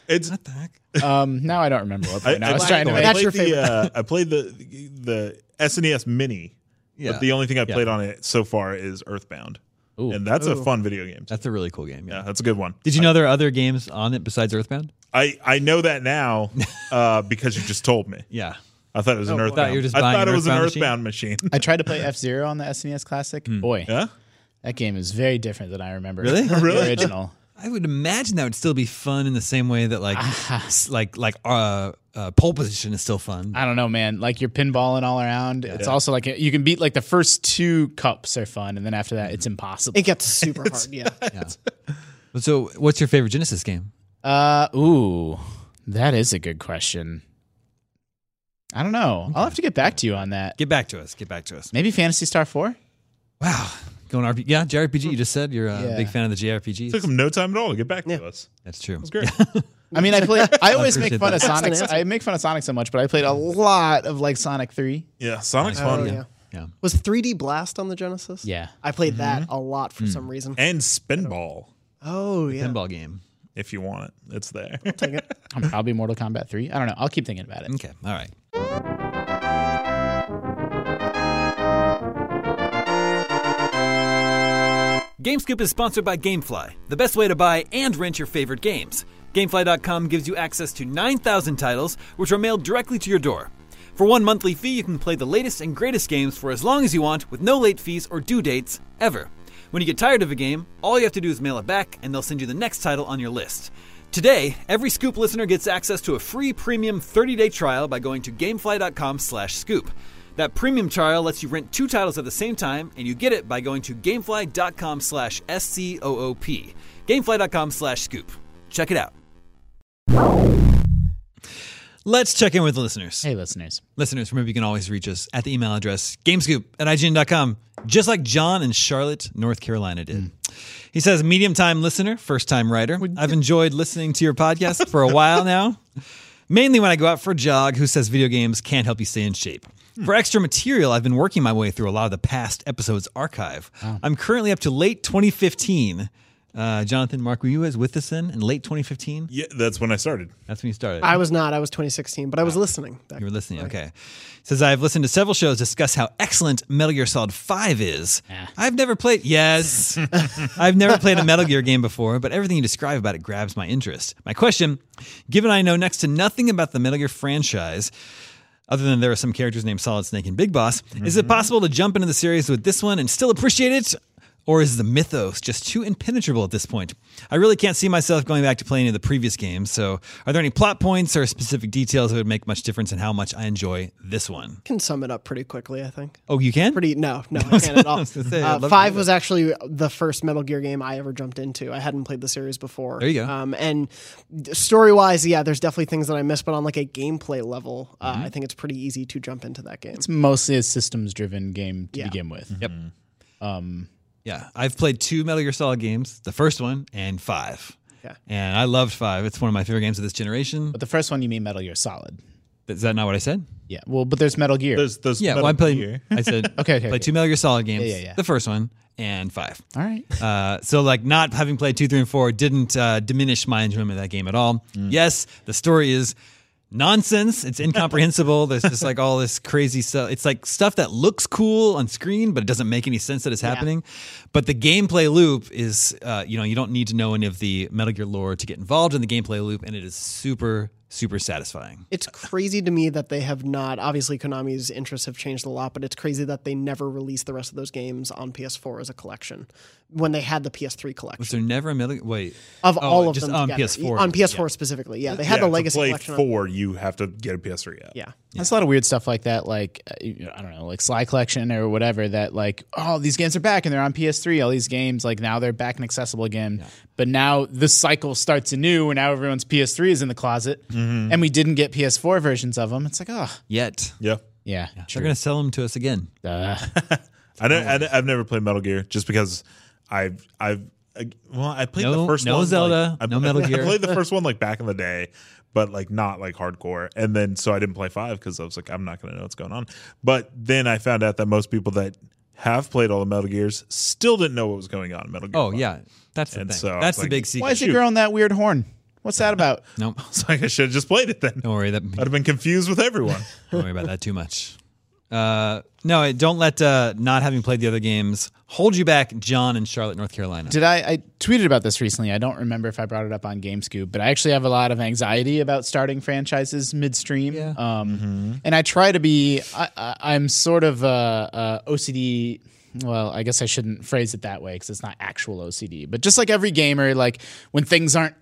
Speaker 6: it's
Speaker 1: what the heck?
Speaker 4: Um, now I don't remember what point I, was
Speaker 6: played-
Speaker 4: trying to
Speaker 6: I
Speaker 4: make.
Speaker 5: That's your
Speaker 6: played the, uh, I played the the SNES Mini,
Speaker 1: Yeah.
Speaker 6: but the only thing I've
Speaker 1: Yeah.
Speaker 6: played on it so far is Earthbound,
Speaker 4: Ooh.
Speaker 6: and that's a fun video game.
Speaker 1: That's a really cool game. Yeah.
Speaker 6: yeah, that's a good one.
Speaker 1: Did you know there are other games on it besides Earthbound?
Speaker 6: I, I know that now uh, because you just told me.
Speaker 1: Yeah.
Speaker 6: I thought it was an
Speaker 5: boy.
Speaker 6: Earthbound.
Speaker 1: Thought you were just
Speaker 6: I
Speaker 1: buying
Speaker 6: thought
Speaker 1: an
Speaker 6: it was an
Speaker 1: Earthbound machine?
Speaker 6: Earthbound machine.
Speaker 4: I tried to play F Zero on the SNES Classic. Boy,
Speaker 6: yeah,
Speaker 4: that game is very different than I remember.
Speaker 1: Really?
Speaker 4: The
Speaker 6: Really?
Speaker 4: original.
Speaker 1: I would imagine that would still be fun in the same way that like s- like like uh, uh pole position is still fun.
Speaker 4: I don't know, man. Like you're pinballing all around. It's also like you can beat like the first two cups are fun, and then after that, it's impossible.
Speaker 5: It gets super hard. Yeah,
Speaker 1: So, what's your favorite Genesis game?
Speaker 4: Uh, ooh, that is a good question. I don't know. I'll have to get back to you on that.
Speaker 1: Get back to us. Get back to us.
Speaker 4: Maybe Fantasy Star Four.
Speaker 1: Wow, going RPG. Yeah, JRPG. You just said you're a
Speaker 4: Yeah.
Speaker 1: big fan of the
Speaker 6: took
Speaker 1: JRPGs.
Speaker 6: him no time at all to get back to us.
Speaker 1: That's true.
Speaker 6: It's great.
Speaker 4: I mean, I play. I always make
Speaker 1: appreciate
Speaker 4: fun
Speaker 1: that.
Speaker 4: of Sonic. I make fun of Sonic so much, but I played a lot of like Sonic Three.
Speaker 6: yeah, Sonic's
Speaker 5: oh,
Speaker 6: fun.
Speaker 5: yeah.
Speaker 1: Yeah.
Speaker 5: Was 3D Blast on the Genesis?
Speaker 4: Yeah.
Speaker 5: I played that a lot for some reason.
Speaker 6: And Spinball,
Speaker 5: Oh yeah,
Speaker 1: Pinball game.
Speaker 6: if you want it, it's there.
Speaker 4: I'm probably Mortal Kombat Three. I don't know. I'll keep thinking about it.
Speaker 1: Okay. All right. GameScoop is sponsored by Gamefly, the best way to buy and rent your favorite games. Gamefly.com gives you access to 9,000 titles, which are mailed directly to your door. For one monthly fee, you can play the latest and greatest games for as long as you want with no late fees or due dates ever. When you get tired of a game, all you have to do is mail it back and they'll send you the next title on your list. Today, every Scoop listener gets access to a free premium 30-day trial by going to gamefly.com/scoop. That premium trial lets you rent two titles at the same time, and you get it by going to gamefly.com slash S-C-O-O-P. Gamefly.com slash scoop. Check it out. Let's check in with the listeners.
Speaker 4: Hey, listeners.
Speaker 1: Listeners, remember you can always reach us at the email address gamescoop at IGN.com, just like John and Charlotte, North Carolina did. He says, medium time listener, first time writer. I've enjoyed listening to your podcast for a while now, mainly when I go out for a jog. Who says video games can't help you stay in shape? For extra material, I've been working my way through a lot of the past episodes archive. I'm currently up to late 2015. Uh, Jonathan, Mark, were you as with us in, in late 2015?
Speaker 6: Yeah, that's when I started.
Speaker 1: That's when you started.
Speaker 5: I was not. I was 2016, but I was listening. Back
Speaker 1: You were listening. Okay. Says I've listened to several shows discuss how excellent Metal Gear Solid 5 is. I've never played Yes. I've never played a Metal Gear game before, but everything you describe about it grabs my interest. My question, given I know next to nothing about the Metal Gear franchise, other than there are some characters named Solid Snake and Big Boss, is it possible to jump into the series with this one and still appreciate it? Or is the mythos just too impenetrable at this point? I really can't see myself going back to playing the previous games, so are there any plot points or specific details that would make much difference in how much I enjoy this one?
Speaker 5: can sum it up pretty quickly, I think.
Speaker 1: Oh, you can?
Speaker 5: Pretty no, no, I can't at all.
Speaker 1: was gonna say, I'd
Speaker 5: uh,
Speaker 1: love to
Speaker 5: five
Speaker 1: hear
Speaker 5: was actually the first Metal Gear game I ever jumped into. I hadn't played the series before. There
Speaker 1: you go.
Speaker 5: Um, and story wise, yeah, there's definitely things that I missed, but on like a gameplay level, uh,
Speaker 1: Mm-hmm.
Speaker 5: I think it's pretty easy to jump into that game.
Speaker 4: It's mostly a systems driven game to
Speaker 5: Yeah.
Speaker 4: begin with.
Speaker 1: Yep. Um, yeah, I've played two Metal Gear Solid games, the first one and five.
Speaker 5: Yeah.
Speaker 1: And I loved five. It's one of my favorite games of this generation.
Speaker 4: But the first one you mean Metal Gear Solid.
Speaker 1: Is that not what I said?
Speaker 4: Yeah. Well, but there's Metal Gear.
Speaker 6: There's there's
Speaker 1: Yeah,
Speaker 6: Metal
Speaker 1: well, I played.
Speaker 6: Gear.
Speaker 1: I said
Speaker 4: Okay, okay,
Speaker 1: played
Speaker 4: okay.
Speaker 1: two Metal Gear Solid games.
Speaker 4: Yeah, yeah, yeah.
Speaker 1: The first one and five.
Speaker 4: all right.
Speaker 1: Uh, so like not having played two, three, and four didn't uh, diminish my enjoyment of that game at all.
Speaker 6: Mm.
Speaker 1: Yes, the story is nonsense. It's incomprehensible. There's just like all this crazy stuff. It's like stuff that looks cool on screen, but it doesn't make any sense that it's happening. But the gameplay loop is, uh, you know, you don't need to know any of the Metal Gear lore to get involved in the gameplay loop, and it is super, super satisfying.
Speaker 5: It's crazy to me that they have not. Obviously, Konami's interests have changed a lot, but it's crazy that they never released the rest of those games on PS4 as a collection when they had the PS3
Speaker 1: Was
Speaker 5: collection
Speaker 1: there never a Metal Gear? Wait,
Speaker 5: of
Speaker 6: Um,
Speaker 1: Oh,
Speaker 5: all of
Speaker 1: just
Speaker 5: them
Speaker 1: on
Speaker 5: together.
Speaker 1: PS4.
Speaker 5: On PS4 specifically, yeah, they had
Speaker 6: Yeah,
Speaker 5: the
Speaker 6: to
Speaker 5: legacy
Speaker 6: play
Speaker 5: collection. on-
Speaker 6: four, you have to get a PS3 app.
Speaker 5: yeah,
Speaker 4: That's a lot of weird stuff like that, like uh, you know, I don't know, like Sly Collection or whatever. That like, oh, these games are back and they're on PS3. All these games, like now they're back and accessible again. But now this cycle starts anew, and now everyone's PS3 is in the closet, and we didn't get PS4 versions of them. It's like, oh,
Speaker 1: yet
Speaker 6: Yeah.
Speaker 4: yeah,
Speaker 1: they're going to sell them to us again.
Speaker 4: Duh.
Speaker 6: I don't, I don't- I've never played Metal Gear just because I've I've uh, well I played
Speaker 1: No-
Speaker 6: the first
Speaker 1: no
Speaker 6: one,
Speaker 1: Zelda,
Speaker 6: like, I-
Speaker 1: no Metal
Speaker 6: I,
Speaker 1: Gear.
Speaker 6: I played the first one like back in the day, but like not like hardcore. And then so I didn't play five because I was like I'm not gonna know what's going on. But then I found out that most people that have played all the Metal Gears still didn't know what was going on. in Metal Gear.
Speaker 1: Oh
Speaker 6: five.
Speaker 1: yeah, that's the
Speaker 6: And
Speaker 1: thing.
Speaker 6: so I
Speaker 1: that's
Speaker 6: was
Speaker 1: the
Speaker 6: like,
Speaker 1: big secret.
Speaker 4: why is the
Speaker 6: Shoot.
Speaker 4: girl on that weird horn? What's that about?
Speaker 1: Nope.
Speaker 6: It's like I should have just played it then.
Speaker 1: Don't worry that.
Speaker 6: I'd have been confused with everyone.
Speaker 1: Don't worry about that too much. Uh, no, it- don't let uh, not having played the other games hold you back, John in Charlotte, North Carolina.
Speaker 4: Did I, I tweeted about this recently? I don't remember if I brought it up on GameScoop, but I actually have a lot of anxiety about starting franchises midstream.
Speaker 1: Yeah.
Speaker 4: Um, And I try to be. I, I, I'm sort of uh, uh, OCD. Well, I guess I shouldn't phrase it that way because it's not actual OCD. But just like every gamer, like when things aren't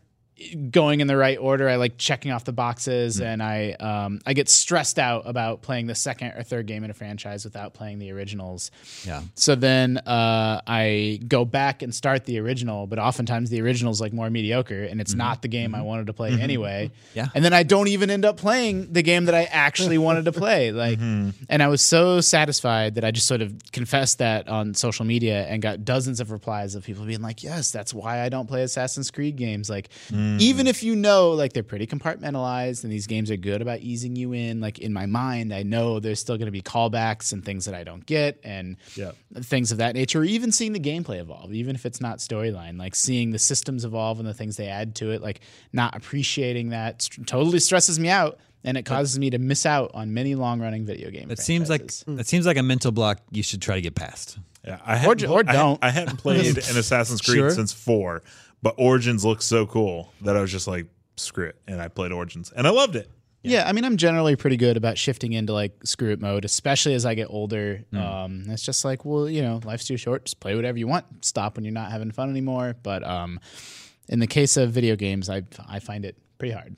Speaker 4: going in the right order. I like checking off the boxes, and I um, I get stressed out about playing the second or third game in a franchise without playing the originals.
Speaker 1: Yeah.
Speaker 4: So then uh, I go back and start the original, but oftentimes the original's like more mediocre, and it's not the game I wanted to play anyway.
Speaker 1: Yeah.
Speaker 4: And then I don't even end up playing the game that I actually wanted to play. Like, and I was so satisfied that I just sort of confessed that on social media and got dozens of replies of people being like, "Yes, that's why I don't play Assassin's Creed games." Like, even if you know, like, they're pretty compartmentalized, and these games are good about easing you in. Like in my mind, I know there's still going to be callbacks and things that I don't get, and
Speaker 6: Yeah.
Speaker 4: things of that nature, or even seeing the gameplay evolve, even if it's not storyline, like seeing the systems evolve and the things they add to it, like not appreciating that st- totally stresses me out and it causes me to miss out on many long running video games.
Speaker 1: That seems like that seems like a mental block you should try to get past.
Speaker 6: Yeah, I hadn't-
Speaker 4: ju- or
Speaker 6: I had-
Speaker 4: don't.
Speaker 6: I, hadn't played an Assassin's Creed
Speaker 1: Sure.
Speaker 6: since four, but Origins looked so cool that I was just like, screw it, and I played Origins, and I loved it.
Speaker 4: Yeah, I mean, I'm generally pretty good about shifting into like screw it mode, especially as I get older. Um, it's just like, well, you know, life's too short. Just play whatever you want. Stop when you're not having fun anymore. But um, in the case of video games, I I find it pretty hard.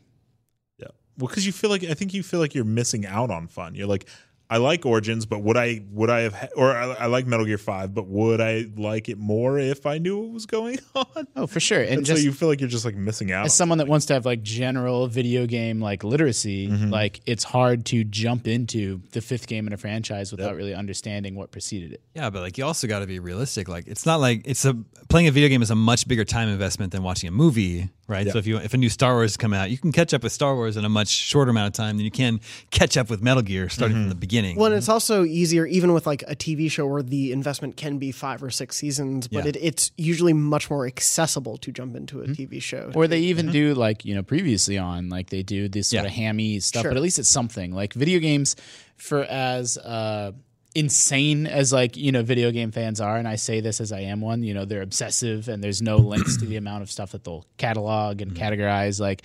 Speaker 6: Yeah, well, because you feel like I think you feel like you're missing out on fun. You're like, I like Origins, but would I would I have or I, I like Metal Gear Five, but would I like it more if I knew what was going on?
Speaker 4: Oh, for sure. And
Speaker 6: And
Speaker 4: just
Speaker 6: so you feel like you're just like missing out.
Speaker 4: as someone that wants to have like general video game like literacy, like it's hard to jump into the fifth game in a franchise without really understanding what preceded it.
Speaker 1: Yeah, but like you also got to be realistic. Like it's not like it's a playing a video game is a much bigger time investment than watching a movie, right? So if you if a new Star Wars come out, you can catch up with Star Wars in a much shorter amount of time than you can catch up with Metal Gear starting from the beginning.
Speaker 5: Well, and it's also easier, even with like a TV show where the investment can be five or six seasons, but
Speaker 1: Yeah.
Speaker 5: it, it's usually much more accessible to jump into a TV show.
Speaker 4: Or they even do like, you know, previously on, like they do this sort
Speaker 1: Yeah.
Speaker 4: of hammy stuff,
Speaker 5: Sure.
Speaker 4: but at least it's something. Like video games for as uh insane as like, you know, video game fans are, and I say this as I am one, you know, they're obsessive and there's no limits to the amount of stuff that they'll catalog and categorize. Like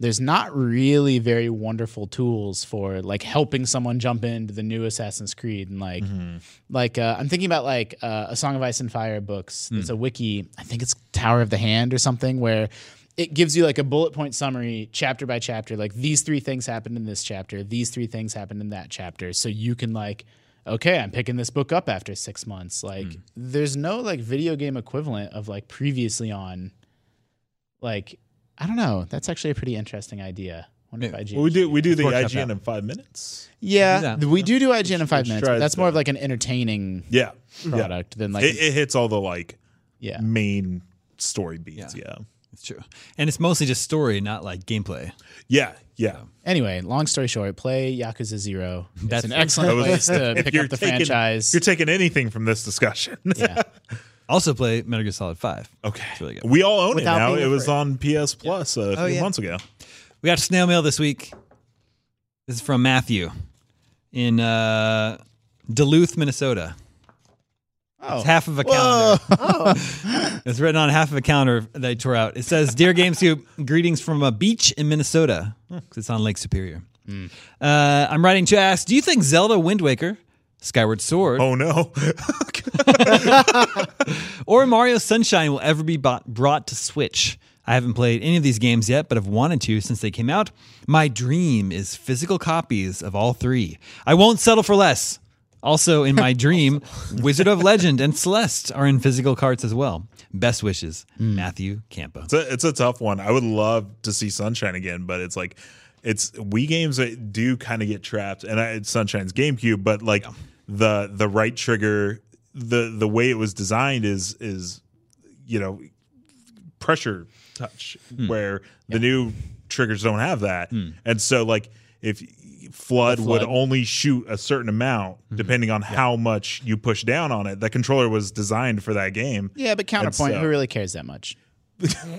Speaker 4: there's not really very wonderful tools for like helping someone jump into the new Assassin's Creed and like like uh, I'm thinking about like uh, a Song of Ice and Fire books.
Speaker 6: Hmm.
Speaker 4: It's a wiki. I think it's Tower of the Hand or something where it gives you like a bullet point summary chapter by chapter like these three things happened in this chapter these three things happened in that chapter so you can like okay i'm picking this book up after six months like
Speaker 6: Hmm.
Speaker 4: there's no like video game equivalent of like previously on like i don't know that's actually a pretty interesting idea Wonder if IGN
Speaker 6: Well, we
Speaker 4: should
Speaker 6: do we do the
Speaker 4: workshop
Speaker 6: IGN
Speaker 4: that.
Speaker 6: in five minutes.
Speaker 4: yeah
Speaker 1: Yeah.
Speaker 4: we do do ign in five
Speaker 6: should
Speaker 4: minutes
Speaker 6: try
Speaker 4: but that's
Speaker 6: that.
Speaker 4: more of like an entertaining
Speaker 6: Yeah, yeah.
Speaker 4: product than like
Speaker 6: it, it hits all the like
Speaker 4: yeah
Speaker 6: Mm. main story beats. Yeah,
Speaker 1: it's true, and it's mostly just story, not like gameplay.
Speaker 6: yeah, yeah.
Speaker 4: Anyway, long story short, play Yakuza Zero. That's
Speaker 1: That's-
Speaker 4: an
Speaker 6: I
Speaker 4: excellent
Speaker 6: was-
Speaker 4: place to
Speaker 6: if
Speaker 4: pick
Speaker 6: you're
Speaker 4: up the
Speaker 6: taking-
Speaker 4: franchise.
Speaker 6: if You're taking anything from this discussion.
Speaker 4: yeah.
Speaker 1: Also play Metal Gear Solid Five.
Speaker 6: Okay.
Speaker 1: It's really good.
Speaker 6: We all own
Speaker 5: Without
Speaker 6: it now.
Speaker 5: being
Speaker 6: It was
Speaker 5: afraid.
Speaker 6: on PS Plus a
Speaker 4: Oh,
Speaker 6: few
Speaker 1: yeah.
Speaker 6: months ago.
Speaker 1: We got snail mail this week. This is from Matthew in uh, Duluth, Minnesota.
Speaker 4: Oh.
Speaker 1: It's half of a calendar. it's written on half of a calendar that I tore out. It says, "Dear Game Soup, greetings from a beach in Minnesota 'cause it's on Lake Superior. Uh, I'm writing to ask, do you think Zelda Wind Waker, Skyward Sword,
Speaker 6: Oh no.
Speaker 1: or Mario Sunshine will ever be bought, brought to Switch. I haven't played any of these games yet, but have wanted to since they came out. My dream is physical copies of all three. I won't settle for less. Also, in my dream, Wizard of Legend and Celeste are in physical carts as well. Best wishes,
Speaker 5: Hmm.
Speaker 1: Matthew Campa.
Speaker 6: it's, a, it's a tough one. I would love to see Sunshine again, but it's like it's Wii games that do kind of get trapped, and I, it's Sunshine's GameCube, but like the the right trigger, the the way it was designed is is you know pressure touch
Speaker 1: Hmm.
Speaker 6: where the new triggers don't have that. And so like if flood, would only shoot a certain amount
Speaker 1: Mm-hmm.
Speaker 6: depending on how much you push down on it. The controller was designed for that game.
Speaker 4: Yeah, but counterpoint,
Speaker 6: so-
Speaker 4: who really cares that much?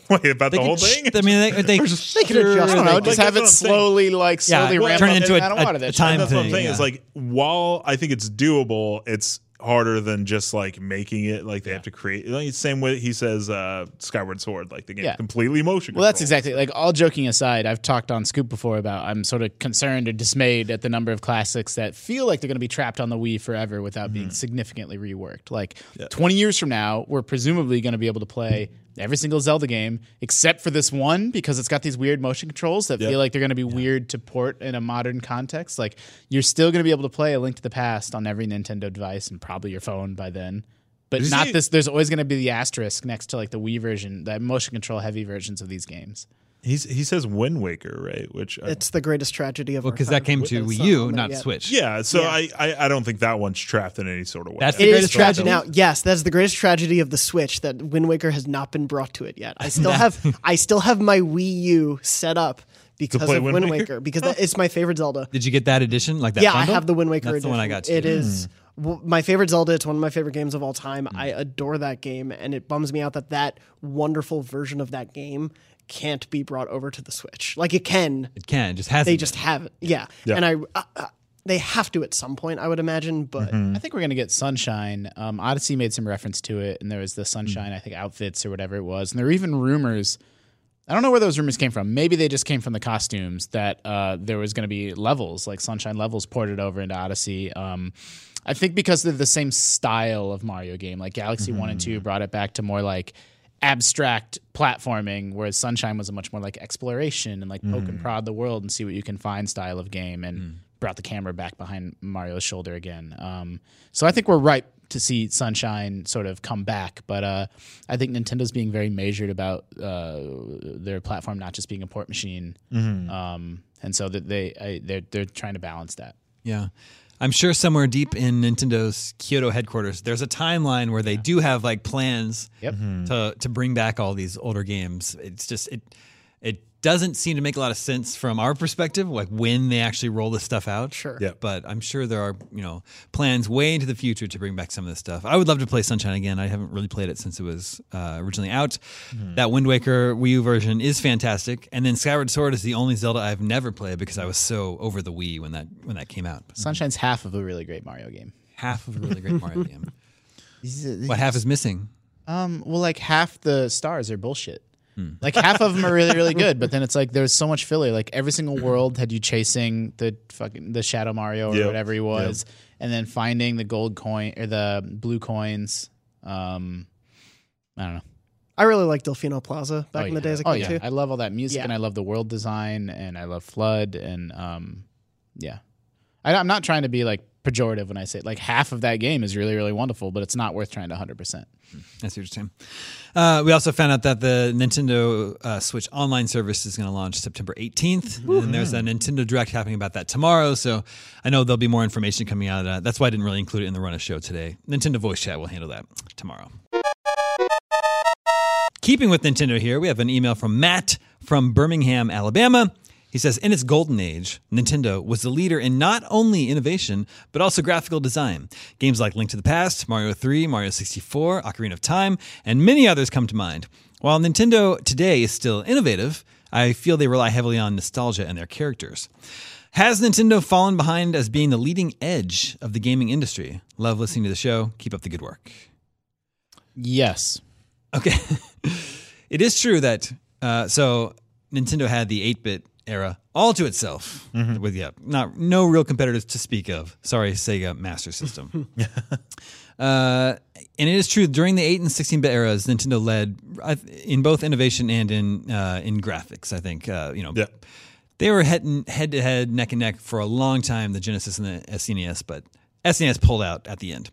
Speaker 6: Wait, about the whole
Speaker 1: could sh-
Speaker 6: thing?
Speaker 1: I mean, they, they,
Speaker 5: They could adjust
Speaker 4: I don't
Speaker 5: it.
Speaker 4: know.
Speaker 5: Like,
Speaker 4: just
Speaker 6: that's
Speaker 4: have
Speaker 6: what
Speaker 4: it
Speaker 6: I'm saying.
Speaker 4: slowly, like,
Speaker 1: Yeah,
Speaker 4: slowly
Speaker 1: well,
Speaker 4: ramp
Speaker 1: turn
Speaker 4: up.
Speaker 1: into
Speaker 4: and
Speaker 1: a-
Speaker 4: I don't
Speaker 1: a-
Speaker 4: want it.
Speaker 1: a
Speaker 4: that
Speaker 1: time-
Speaker 4: short.
Speaker 6: that's what I'm
Speaker 1: thing,
Speaker 6: saying.
Speaker 1: yeah.
Speaker 6: Is like while I think it's doable, it's harder than just like making it like they have to create. Like, same way he says uh, Skyward Sword, like the game
Speaker 4: Yeah.
Speaker 6: completely motion.
Speaker 4: Well, that's
Speaker 6: controlled.
Speaker 4: exactly like all joking aside. I've talked on Scoop before about I'm sort of concerned or dismayed at the number of classics that feel like they're going to be trapped on the Wii forever without being significantly reworked. Like 20 years from now, we're presumably going to be able to play every single Zelda game except for this one because it's got these weird motion controls that feel like they're going to be weird to port in a modern context. Like you're still going to be able to play A Link to the Past on every Nintendo device and probably your phone by then. But
Speaker 6: Did you
Speaker 4: not
Speaker 6: see-
Speaker 4: this. There's always going to be the asterisk next to like the Wii version, the motion control heavy versions of these games.
Speaker 6: He's, he says Wind Waker, right? Which I,
Speaker 5: It's the greatest tragedy of
Speaker 1: because that came to Wii U, not Switch.
Speaker 6: yeah. So I, I I don't think that one's trapped in any sort of way.
Speaker 1: That's
Speaker 5: It
Speaker 1: The
Speaker 5: is
Speaker 1: greatest
Speaker 5: tragic now.
Speaker 1: tragedy.
Speaker 5: Yes, that's the greatest tragedy of the Switch that Wind Waker has not been brought to it yet. I still have I still have my Wii U set up because
Speaker 6: play
Speaker 5: of
Speaker 6: Wind
Speaker 5: Wind Waker,
Speaker 6: Waker?
Speaker 5: because that, it's my favorite Zelda.
Speaker 1: Did you get that edition? Like that?
Speaker 5: yeah,
Speaker 1: bundle?
Speaker 5: I have the Wind Waker.
Speaker 1: That's the one I
Speaker 5: edition.
Speaker 1: got. too. Hmm.
Speaker 5: It is w- my favorite Zelda. It's one of my favorite games of all time. I adore that game, and it bums me out that that wonderful version of that game can't be brought over to the Switch. Like it can,
Speaker 1: It can. It just has.
Speaker 5: they just haven't. Yeah, and I. Uh, uh, they have to at some point, I would imagine, but
Speaker 1: Mm-hmm.
Speaker 4: I think we're gonna get Sunshine. Um, Odyssey made some reference to it, and there was the Sunshine, I think, outfits or whatever it was, and there were even rumors. I don't know where those rumors came from. Maybe they just came from the costumes that uh, there was going to be levels, like Sunshine levels, ported over into Odyssey. Um, I think because they're the same style of Mario game, like Galaxy One and Two brought it back to more like abstract platforming, whereas Sunshine was a much more like exploration and like poke and prod the world and see what you can find style of game. And brought the camera back behind Mario's shoulder again. Um, so I think we're ripe to see Sunshine sort of come back, but uh, I think Nintendo's being very measured about uh, their platform not just being a port machine, um, and so that they I, they're they're trying to balance that.
Speaker 1: Yeah. I'm sure somewhere deep in Nintendo's Kyoto headquarters, there's a timeline where they do have like plans
Speaker 4: Yep.
Speaker 1: to to bring back all these older games. It's just it it doesn't seem to make a lot of sense from our perspective, like when they actually roll this stuff out.
Speaker 5: Sure.
Speaker 6: Yeah.
Speaker 1: But I'm sure there are, you know, plans way into the future to bring back some of this stuff. I would love to play Sunshine again. I haven't really played it since it was uh, originally out. That Wind Waker Wii U version is fantastic. And then Skyward Sword is the only Zelda I've never played because I was so over the Wii when that when that came out.
Speaker 4: Sunshine's half of a really great Mario game.
Speaker 1: Half of a really great Mario game. What half is missing?
Speaker 4: Um, well, like half the stars are bullshit.
Speaker 6: Hmm.
Speaker 4: Like half of them are really, really good, but then it's like there's so much filler. Like every single world had you chasing the fucking the Shadow Mario or
Speaker 6: Yep.
Speaker 4: whatever he was, and then finding the gold coin or the blue coins. Um, I don't know.
Speaker 5: I really like Delfino Plaza
Speaker 4: Oh,
Speaker 5: back in the
Speaker 4: yeah.
Speaker 5: days.
Speaker 4: oh
Speaker 5: I
Speaker 4: yeah,
Speaker 5: yeah.
Speaker 4: I love all that music,
Speaker 5: Yeah.
Speaker 4: and I love the world design, and I love Flood, and um, yeah. I, I'm not trying to be like pejorative when I say it. like half of that game is really, really wonderful, but it's not worth trying to 100. percent
Speaker 1: That's interesting. Uh, we also found out that the Nintendo uh, Switch online service is going to launch September 18th. And there's a Nintendo Direct happening about that tomorrow. So I know there'll be more information coming out of that. That's why I didn't really include it in the run of show today. Nintendo Voice Chat will handle that tomorrow. Keeping with Nintendo here, we have an email from Matt from Birmingham, Alabama. He says, In its golden age, Nintendo was the leader in not only innovation, but also graphical design. Games like Link to the Past, Mario 3, Mario 64, Ocarina of Time, and many others come to mind. While Nintendo today is still innovative, I feel they rely heavily on nostalgia and their characters. Has Nintendo fallen behind as being the leading edge of the gaming industry? Love listening to the show. Keep up the good work.
Speaker 4: Yes,
Speaker 1: Okay. it is true that uh, so Nintendo had the 8-bit era all to itself with yeah, not no real competitors to speak of. Sorry, Sega Master System. Uh, and it is true during the 8 and 16-bit eras, Nintendo led I th- in both innovation and in uh, in graphics. I think uh, you know
Speaker 6: Yeah.
Speaker 1: they were head head to head, neck and neck for a long time, the Genesis and the SNES, but SNES pulled out at the end.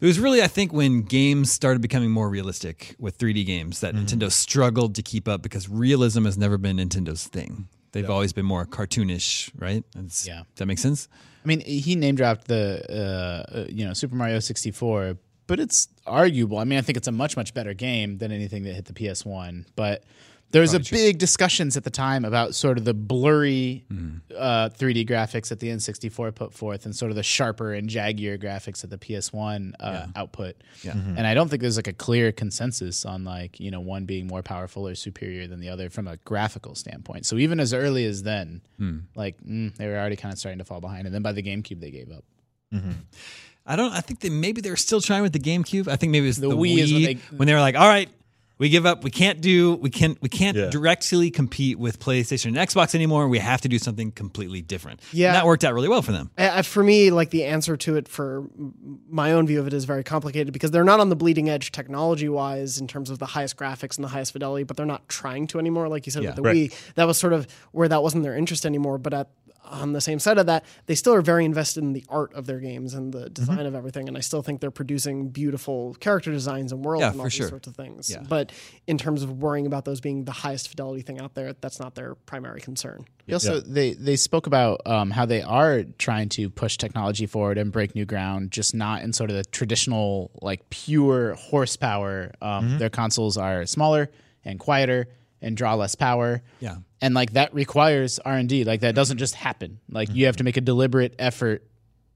Speaker 1: It was really, I think, when games started becoming more realistic with 3D games that Nintendo struggled to keep up because realism has never been Nintendo's thing. They've always been more cartoonish, right? That's-
Speaker 4: Yeah.
Speaker 1: Does that make sense?
Speaker 4: I mean, he name dropped the uh, uh, you know Super Mario 64, but it's arguable. I mean, I think it's a much much better game than anything that hit the PS1. But there
Speaker 1: Oh,
Speaker 4: was a big discussions at the time about sort of the blurry
Speaker 1: Mm-hmm.
Speaker 4: uh, 3D graphics that the N64 put forth, and sort of the sharper and jaggier graphics that the PS1 uh, output.
Speaker 1: Yeah.
Speaker 4: And I don't think there's like a clear consensus on like you know one being more powerful or superior than the other from a graphical standpoint. So even as early as then, like mm, they were already kind of starting to fall behind, and then by the GameCube they gave up.
Speaker 1: I don't. I think that maybe they're still trying with the GameCube. I think maybe it's the,
Speaker 4: The Wii is what
Speaker 1: Wii,
Speaker 4: they-
Speaker 1: when they were like, "All right, we give up. We can't do. We can't. We can't
Speaker 6: Yeah.
Speaker 1: directly compete with PlayStation and Xbox anymore. We have to do something completely different."
Speaker 5: Yeah.
Speaker 1: and that worked out really well for them.
Speaker 5: I- I- for me, like the answer to it for m- my own view of it is very complicated because they're not on the bleeding edge technology wise in terms of the highest graphics and the highest fidelity, but they're not trying to anymore. Like you said
Speaker 1: Yeah.
Speaker 5: with the
Speaker 6: Right.
Speaker 5: Wii, that was sort of where that wasn't their interest anymore. But at on the same side of that, they still are very invested in the art of their games and
Speaker 1: Mm-hmm.
Speaker 5: the design of everything. And I still think they're producing beautiful character designs and worlds
Speaker 1: Yeah,
Speaker 5: and
Speaker 1: for
Speaker 5: all these
Speaker 1: sure.
Speaker 5: sorts of things.
Speaker 1: Yeah.
Speaker 5: But in terms of worrying about those being the highest fidelity thing out there, that's not their primary concern.
Speaker 4: They also they they spoke about um, how they are trying to push technology forward and break new ground, just not in sort of the traditional like pure horsepower. Um, Their consoles are smaller and quieter and draw less power.
Speaker 1: Yeah.
Speaker 4: and like that requires R and D. Like that doesn't just happen. Like you have to make a deliberate effort,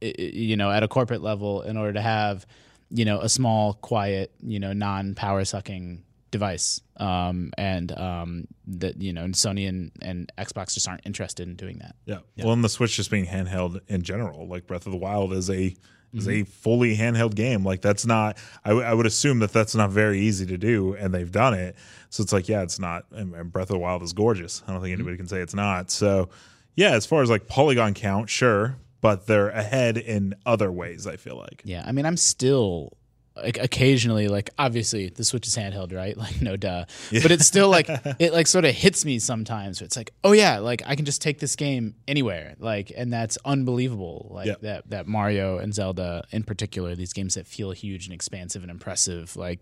Speaker 4: i- i- you know, at a corporate level in order to have, you know, a small, quiet, you know, non power sucking device. Um, and um, that you know, and Sony and, and Xbox just aren't interested in doing that.
Speaker 6: Yeah. Well, and the Switch just being handheld in general, like Breath of the Wild is a is a fully handheld game. Like that's not. I, w- I would assume that that's not very easy to do, and they've done it. So it's like, yeah, it's not. And and Breath of the Wild is gorgeous. I don't think anybody can say it's not. So, yeah, as far as like polygon count, sure, but they're ahead in other ways. I feel like.
Speaker 4: Yeah, I mean, I'm still like occasionally like obviously the switch is handheld right like no duh but it's still like it like sort of hits me sometimes it's like oh yeah like i can just take this game anywhere like and that's unbelievable like
Speaker 6: Yeah.
Speaker 4: that that mario and zelda in particular these games that feel huge and expansive and impressive like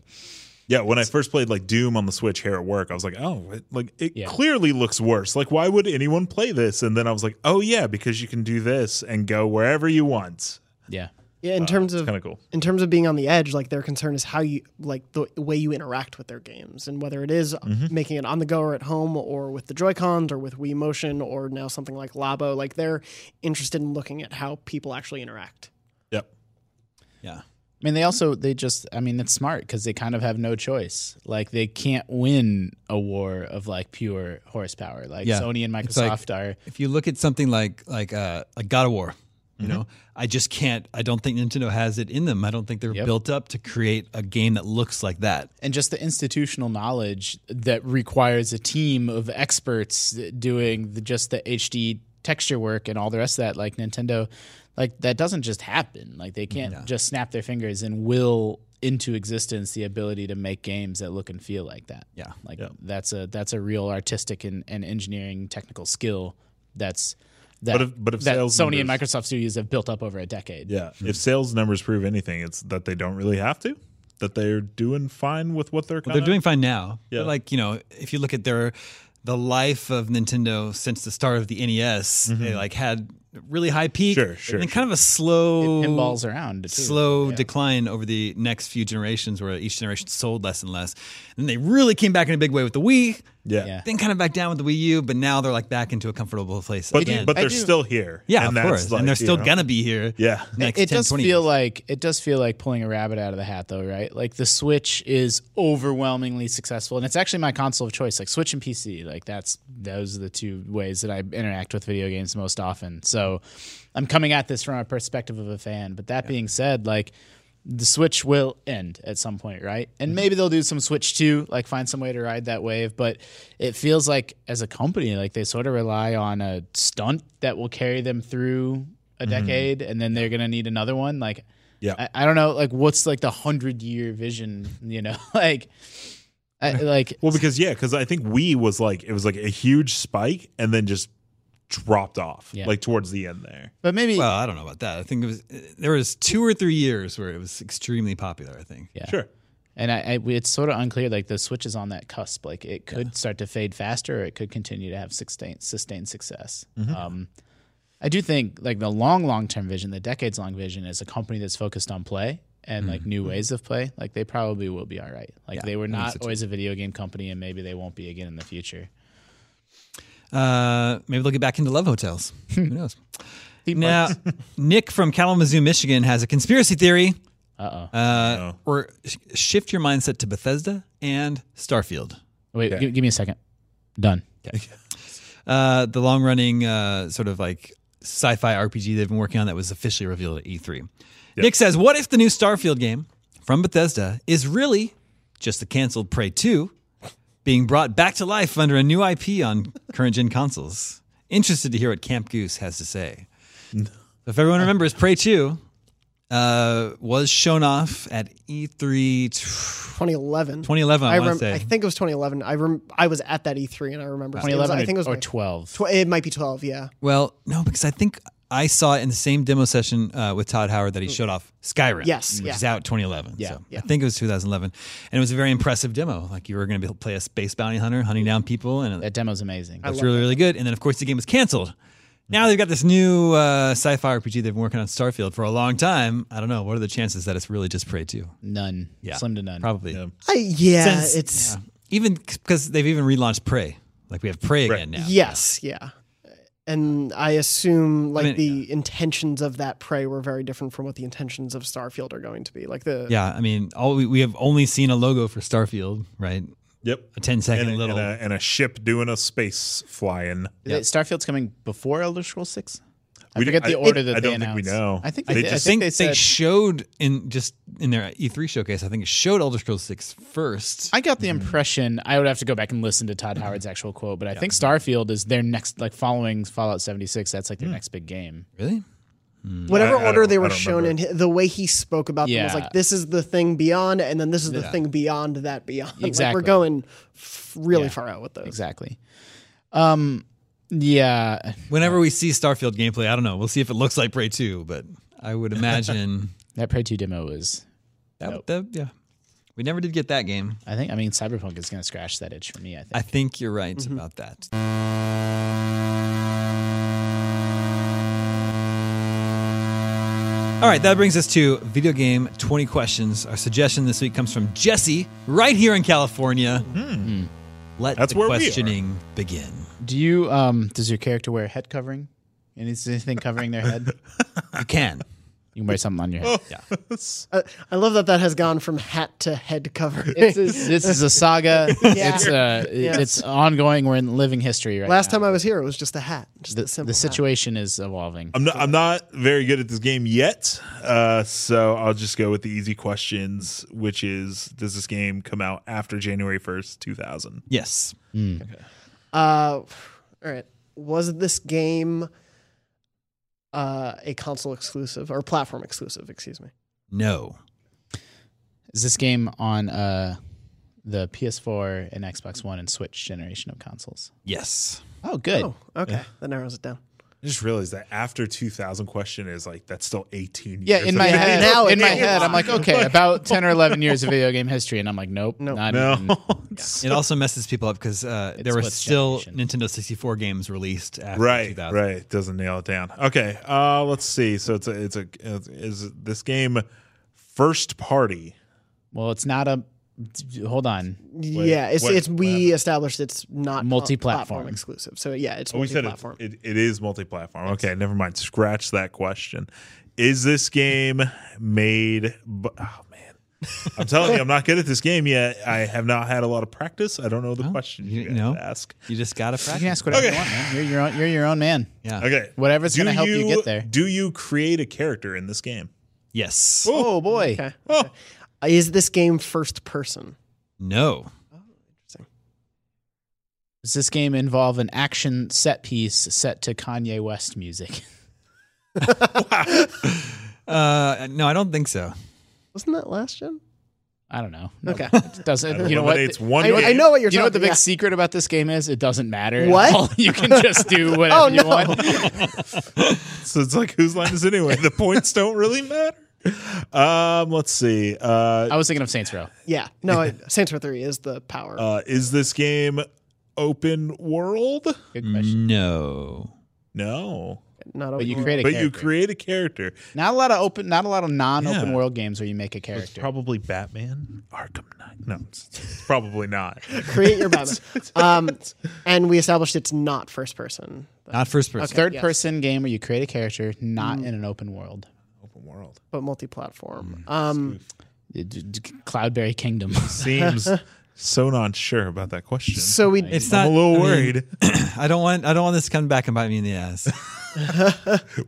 Speaker 6: Yeah, when I first played like Doom on the Switch here at work, I was like, "Oh, it, like it
Speaker 4: Yeah.
Speaker 6: clearly looks worse. Like, why would anyone play this?" And then I was like, "Oh yeah, because you can do this and go wherever you want."
Speaker 4: yeah
Speaker 5: Yeah, in terms
Speaker 6: Kind of
Speaker 5: of
Speaker 6: cool.
Speaker 5: in terms of being on the edge, like their concern is how you like the way you interact with their games and whether it is, uh, making it on the go or at home or with the Joy Cons or with Wii Motion or now something like Labo. Like they're interested in looking at how people actually interact.
Speaker 6: Yep.
Speaker 1: Yeah.
Speaker 4: I mean, they also they just I mean, it's smart because they kind of have no choice. Like they can't win a war of like pure horsepower. Like
Speaker 1: Yeah.
Speaker 4: Sony and
Speaker 1: It's like-
Speaker 4: Microsoft are.
Speaker 1: If you look at something like like uh like God of War,
Speaker 4: Mm-hmm.
Speaker 1: you know, I just can't. I don't think Nintendo has it in them. I don't think they're
Speaker 4: Yep.
Speaker 1: built up to create a game that looks like that.
Speaker 4: and just the institutional knowledge that requires a team of experts doing the, just the HD texture work and all the rest of that. Like Nintendo, like that doesn't just happen. Like they can't just snap their fingers and will into existence the ability to make games that look and feel like that.
Speaker 1: Yeah.
Speaker 4: like that's a that's a real artistic and, and engineering technical skill. That's that,
Speaker 6: But if- but if
Speaker 4: that
Speaker 6: sales
Speaker 4: Sony and
Speaker 6: numbers-
Speaker 4: Microsoft studios have built up over a decade.
Speaker 6: Yeah.
Speaker 1: Hmm.
Speaker 6: If sales numbers prove anything, it's that they don't really have to. That they're doing fine with what they're.
Speaker 1: Well,
Speaker 6: Kinda,
Speaker 1: they're doing fine now.
Speaker 6: Yeah.
Speaker 1: But like you know, if you look at their the life of Nintendo since the start of the NES, they like had really high peak
Speaker 6: Mm-hmm. Sure, sure,
Speaker 1: and then kind of a slow
Speaker 4: Pinballs around too.
Speaker 1: slow decline over the next few generations where each generation sold less and less. And they really came back in a big way with the Wii,
Speaker 6: Yeah.
Speaker 4: Yeah.
Speaker 1: then kind of back down with the Wii U, but now they're like back into a comfortable place
Speaker 6: But
Speaker 1: again.
Speaker 6: but
Speaker 4: I
Speaker 6: they're
Speaker 4: do-
Speaker 6: still here.
Speaker 1: yeah,
Speaker 6: and
Speaker 1: of
Speaker 6: that's
Speaker 1: course.
Speaker 6: like,
Speaker 1: and they're
Speaker 6: you
Speaker 1: still
Speaker 6: know,
Speaker 1: gonna be here.
Speaker 6: Yeah.
Speaker 1: Next
Speaker 4: it
Speaker 1: 10,
Speaker 4: does
Speaker 1: 20
Speaker 4: feel
Speaker 1: years.
Speaker 4: like it does feel like pulling a rabbit out of the hat though right like the switch is overwhelmingly successful and it's actually my console of choice like switch and pc like that's those are the two ways that i interact with video games most often so i'm coming at this from a perspective of a fan but that being said like the switch will end at some point right and maybe they'll do some switch too like find some way to ride that wave but it feels like as a company like they sort of rely on a stunt that will carry them through a decade and then they're gonna need another one like
Speaker 6: Yeah.
Speaker 4: i, I don't know like what's like the hundred year vision you know like I, like
Speaker 6: Well, because yeah, because I think we was like it was like a huge spike and then just dropped off
Speaker 4: Yeah.
Speaker 6: like towards the end there.
Speaker 4: but maybe
Speaker 1: Well, I don't know about that. I think it was uh, there was two or three years where it was extremely popular. I think.
Speaker 4: yeah
Speaker 6: Sure.
Speaker 4: and I, I it's sort of unclear like the switch is on that cusp like it could start to fade faster or it could continue to have sustained sustained success
Speaker 1: Mm-hmm.
Speaker 4: um I do think like the long, long term vision, the decades long vision is a company that's focused on play and
Speaker 1: Mm-hmm.
Speaker 4: like new ways of play. Like they probably will be all right. Like they were not always a video game company and maybe they won't be again in the future.
Speaker 1: Uh, maybe they'll get back into love hotels. Who knows? now, Nick from Kalamazoo, Michigan, has a conspiracy theory.
Speaker 4: Uh oh.
Speaker 1: Uh, Or sh- shift your mindset to Bethesda and Starfield.
Speaker 4: Wait, gi- give me a second. Done.
Speaker 1: uh, the long running uh, sort of like sci fi RPG they've been working on that was officially revealed at E3. Nick says, What if the new Starfield game from Bethesda is really just the canceled Prey 2 being brought back to life under a new IP on current gen consoles? Interested to hear what Camp Goose has to say. If everyone remembers, Prey 2 uh, was shown off at E E3
Speaker 5: 2011.
Speaker 1: 2011, I,
Speaker 5: I,
Speaker 1: want
Speaker 5: rem-
Speaker 1: to say.
Speaker 5: I think it was 2011. I rem- I was at that E3 and I remember. seeing- it was-
Speaker 4: 2011
Speaker 5: I think it was
Speaker 4: or
Speaker 5: my-
Speaker 4: 12.
Speaker 5: tw- it might be 12. Yeah.
Speaker 1: Well, no, because I think I saw it in the same demo session uh, with Todd Howard that he showed off Skyrim.
Speaker 5: Yes,
Speaker 1: which
Speaker 5: yeah.
Speaker 1: is out 2011. Yeah, so
Speaker 5: yeah.
Speaker 1: I think it was 2011, and it was a very impressive demo. Like you were going to be play a space bounty hunter hunting down people, and it
Speaker 4: that demo's amazing.
Speaker 1: looked really, really good. And then of course the game was canceled. Now they've got this new uh, sci-fi RPG they've been working on Starfield for a long time. I don't know. What are the chances that it's really just Prey 2?
Speaker 4: None.
Speaker 1: Yeah.
Speaker 4: Slim to none.
Speaker 1: Probably.
Speaker 5: I, yeah.
Speaker 1: Since-
Speaker 5: Uh, it's
Speaker 1: Even because they've even relaunched Prey. Like we have Prey again now.
Speaker 5: yes. Yeah. And I assume like
Speaker 1: mean,
Speaker 5: the intentions of that prey were very different from what the intentions of Starfield are going to be. Like the
Speaker 1: Yeah. I mean, all we, we have only seen a logo for Starfield, right?
Speaker 6: Yep.
Speaker 1: A 10 second
Speaker 6: And, a-
Speaker 1: little.
Speaker 6: and a, and a ship doing a space flying.
Speaker 4: Is it- Starfield's coming before Elder Scrolls 6? I
Speaker 6: We
Speaker 4: forget
Speaker 6: don't-
Speaker 4: the
Speaker 6: I-
Speaker 4: order
Speaker 6: I
Speaker 4: that they
Speaker 6: don't think we
Speaker 4: announced.
Speaker 6: know.
Speaker 4: I think
Speaker 6: They
Speaker 4: they, did. I
Speaker 6: just-
Speaker 4: think
Speaker 1: think
Speaker 4: they said.
Speaker 1: they showed in just in their E3 showcase. I think it showed Elder Scrolls Six first.
Speaker 4: I got the
Speaker 6: Hmm.
Speaker 4: impression I would have to go back and listen to Todd Howard's actual quote,
Speaker 6: Hmm.
Speaker 4: but I think Starfield is their next, like following Fallout 76. That's like their next big game.
Speaker 1: really?
Speaker 5: Whatever
Speaker 6: I- I
Speaker 5: order
Speaker 6: don't-
Speaker 5: they
Speaker 6: I
Speaker 5: were
Speaker 6: don't
Speaker 5: shown in,
Speaker 6: remember.
Speaker 5: hi- the way he spoke about them was
Speaker 4: Yeah.
Speaker 5: like, "This is the thing beyond, and then this is the
Speaker 4: Yeah.
Speaker 5: thing beyond that beyond." Like,
Speaker 4: Exactly.
Speaker 5: we're going f- really
Speaker 4: Yeah.
Speaker 5: far out with those.
Speaker 4: Exactly. Um, yeah.
Speaker 1: Whenever we see Starfield gameplay, I don't know. We'll see if it looks like Prey 2, but I would imagine
Speaker 4: That Prey 2 demo was,
Speaker 1: that, that- yeah. We never did get that game.
Speaker 4: I think, I mean, Cyberpunk is going to scratch that itch for me, I think.
Speaker 1: I think you're right
Speaker 6: Mm-hmm.
Speaker 1: about that. All right, that brings us to video game 20 questions. Our suggestion this week comes from Jesse, right here in California. Hmm. Let
Speaker 6: Mm-hmm. That's
Speaker 1: the
Speaker 6: where we are.
Speaker 1: questioning begin.
Speaker 4: Do you, um, does your character wear a head covering? And is anything covering their head?
Speaker 1: You can.
Speaker 4: You can wear something on your head.
Speaker 5: I, I love that that has gone from hat to head cover.
Speaker 4: This is, this is a saga.
Speaker 5: Yeah.
Speaker 4: It's uh, it's ongoing. We're in living history right
Speaker 5: Last
Speaker 4: now.
Speaker 5: time I was here, it was just a hat. Just a
Speaker 4: the,
Speaker 5: simple
Speaker 4: the
Speaker 5: hat.
Speaker 4: situation is evolving.
Speaker 6: I'm not, I'm not very good at this game yet, uh, so I'll just go with the easy questions, which is Does this game come out after January 1st, 2000?
Speaker 1: Yes.
Speaker 5: Uh, all right. Was this game uh, a console exclusive or platform exclusive? Excuse me.
Speaker 1: No.
Speaker 4: Is this game on uh, the PS4 and Xbox One and Switch generation of consoles?
Speaker 1: Yes.
Speaker 4: Oh, good.
Speaker 5: Oh, okay. That narrows it down.
Speaker 6: I just realized that after 2000 question is like, that's still 18
Speaker 4: Yeah,
Speaker 6: years.
Speaker 4: in my
Speaker 6: ago.
Speaker 4: head,
Speaker 5: Now
Speaker 4: in my
Speaker 5: it is.
Speaker 4: head, I'm like, okay, about ten or eleven years of video game history, and I'm like, nope,
Speaker 5: Nope.
Speaker 4: not even.
Speaker 6: No.
Speaker 1: It also messes people up because uh, there were
Speaker 4: what's
Speaker 1: still
Speaker 4: generation.
Speaker 1: Nintendo 64 games released after
Speaker 6: right,
Speaker 1: 2000.
Speaker 6: right. Doesn't nail it down. Okay, uh, let's see. So it's a, it's a, is this game first party?
Speaker 4: Well, it's not a. Hold on.
Speaker 5: yeah, it's
Speaker 6: wait,
Speaker 5: it's we established it's not
Speaker 4: Multi-platform.
Speaker 5: platform exclusive. So yeah, it's
Speaker 6: Oh, we said it,
Speaker 5: multi-platform.
Speaker 6: it, it is multi-platform. Okay, never mind. Scratch that question. Is this game made? b- Oh man, I'm telling you, I'm not good at this game yet. I have not had a lot of practice. I don't know the question
Speaker 1: you-
Speaker 6: you,
Speaker 1: you
Speaker 6: guys
Speaker 1: know.
Speaker 6: ask.
Speaker 1: You just got to
Speaker 4: You can
Speaker 1: practice.
Speaker 4: ask whatever you want, man. You're your own. You're your own man.
Speaker 1: Yeah.
Speaker 6: Okay,
Speaker 4: Whatever's
Speaker 6: Do
Speaker 4: gonna help you get there.
Speaker 6: Do you create a character in this game?
Speaker 1: Yes.
Speaker 4: Oh boy.
Speaker 5: okay. okay. Is this game first person?
Speaker 1: No.
Speaker 4: Does this game involve an action set piece set to Kanye West music?
Speaker 1: Uh, no, I don't think so.
Speaker 5: Wasn't that last gen?
Speaker 4: I don't know. No,
Speaker 5: Okay.
Speaker 4: It doesn't.
Speaker 6: That
Speaker 4: You know what?
Speaker 6: eliminates one
Speaker 5: I, I
Speaker 6: game.
Speaker 5: know what you're
Speaker 4: Oh. You know
Speaker 5: talking
Speaker 4: what the big
Speaker 5: yeah.
Speaker 4: secret about this game is? It doesn't matter. at
Speaker 5: What?
Speaker 4: all. You can just do whatever
Speaker 5: Oh,
Speaker 4: you
Speaker 5: no.
Speaker 4: want.
Speaker 6: So it's like whose line is it anyway? The points don't really matter. Um, let's see. Uh,
Speaker 4: I was thinking of Saints Row.
Speaker 5: Yeah. No, I, Saints Row 3 is the power.
Speaker 4: Oh,
Speaker 6: uh, is this game open world?
Speaker 4: Good
Speaker 6: Mm.
Speaker 4: question.
Speaker 1: No.
Speaker 6: No,
Speaker 5: not open
Speaker 4: But you
Speaker 5: world.
Speaker 4: create a
Speaker 6: but
Speaker 4: character.
Speaker 6: you create a character.
Speaker 4: Not a lot of open, not a lot of non-open
Speaker 6: Yeah.
Speaker 4: world games where you make a character.
Speaker 6: Probably Batman Arkham Knight. No, it's- it's probably not.
Speaker 5: create your Batman. um, and we established it's not first person.
Speaker 1: Not first person.
Speaker 4: Third
Speaker 5: yes. Mm.
Speaker 4: person game where you create a character, not in an open world.
Speaker 6: Open world
Speaker 5: but
Speaker 4: Mm,
Speaker 5: multi-platform. Um,
Speaker 4: D- d- d- Cloudberry Kingdom.
Speaker 6: seems so not sure about that question.
Speaker 5: so we
Speaker 1: It's not.
Speaker 6: I'm a little
Speaker 1: I mean,
Speaker 6: worried.
Speaker 1: I don't want. I don't want this to come back and bite me in the ass.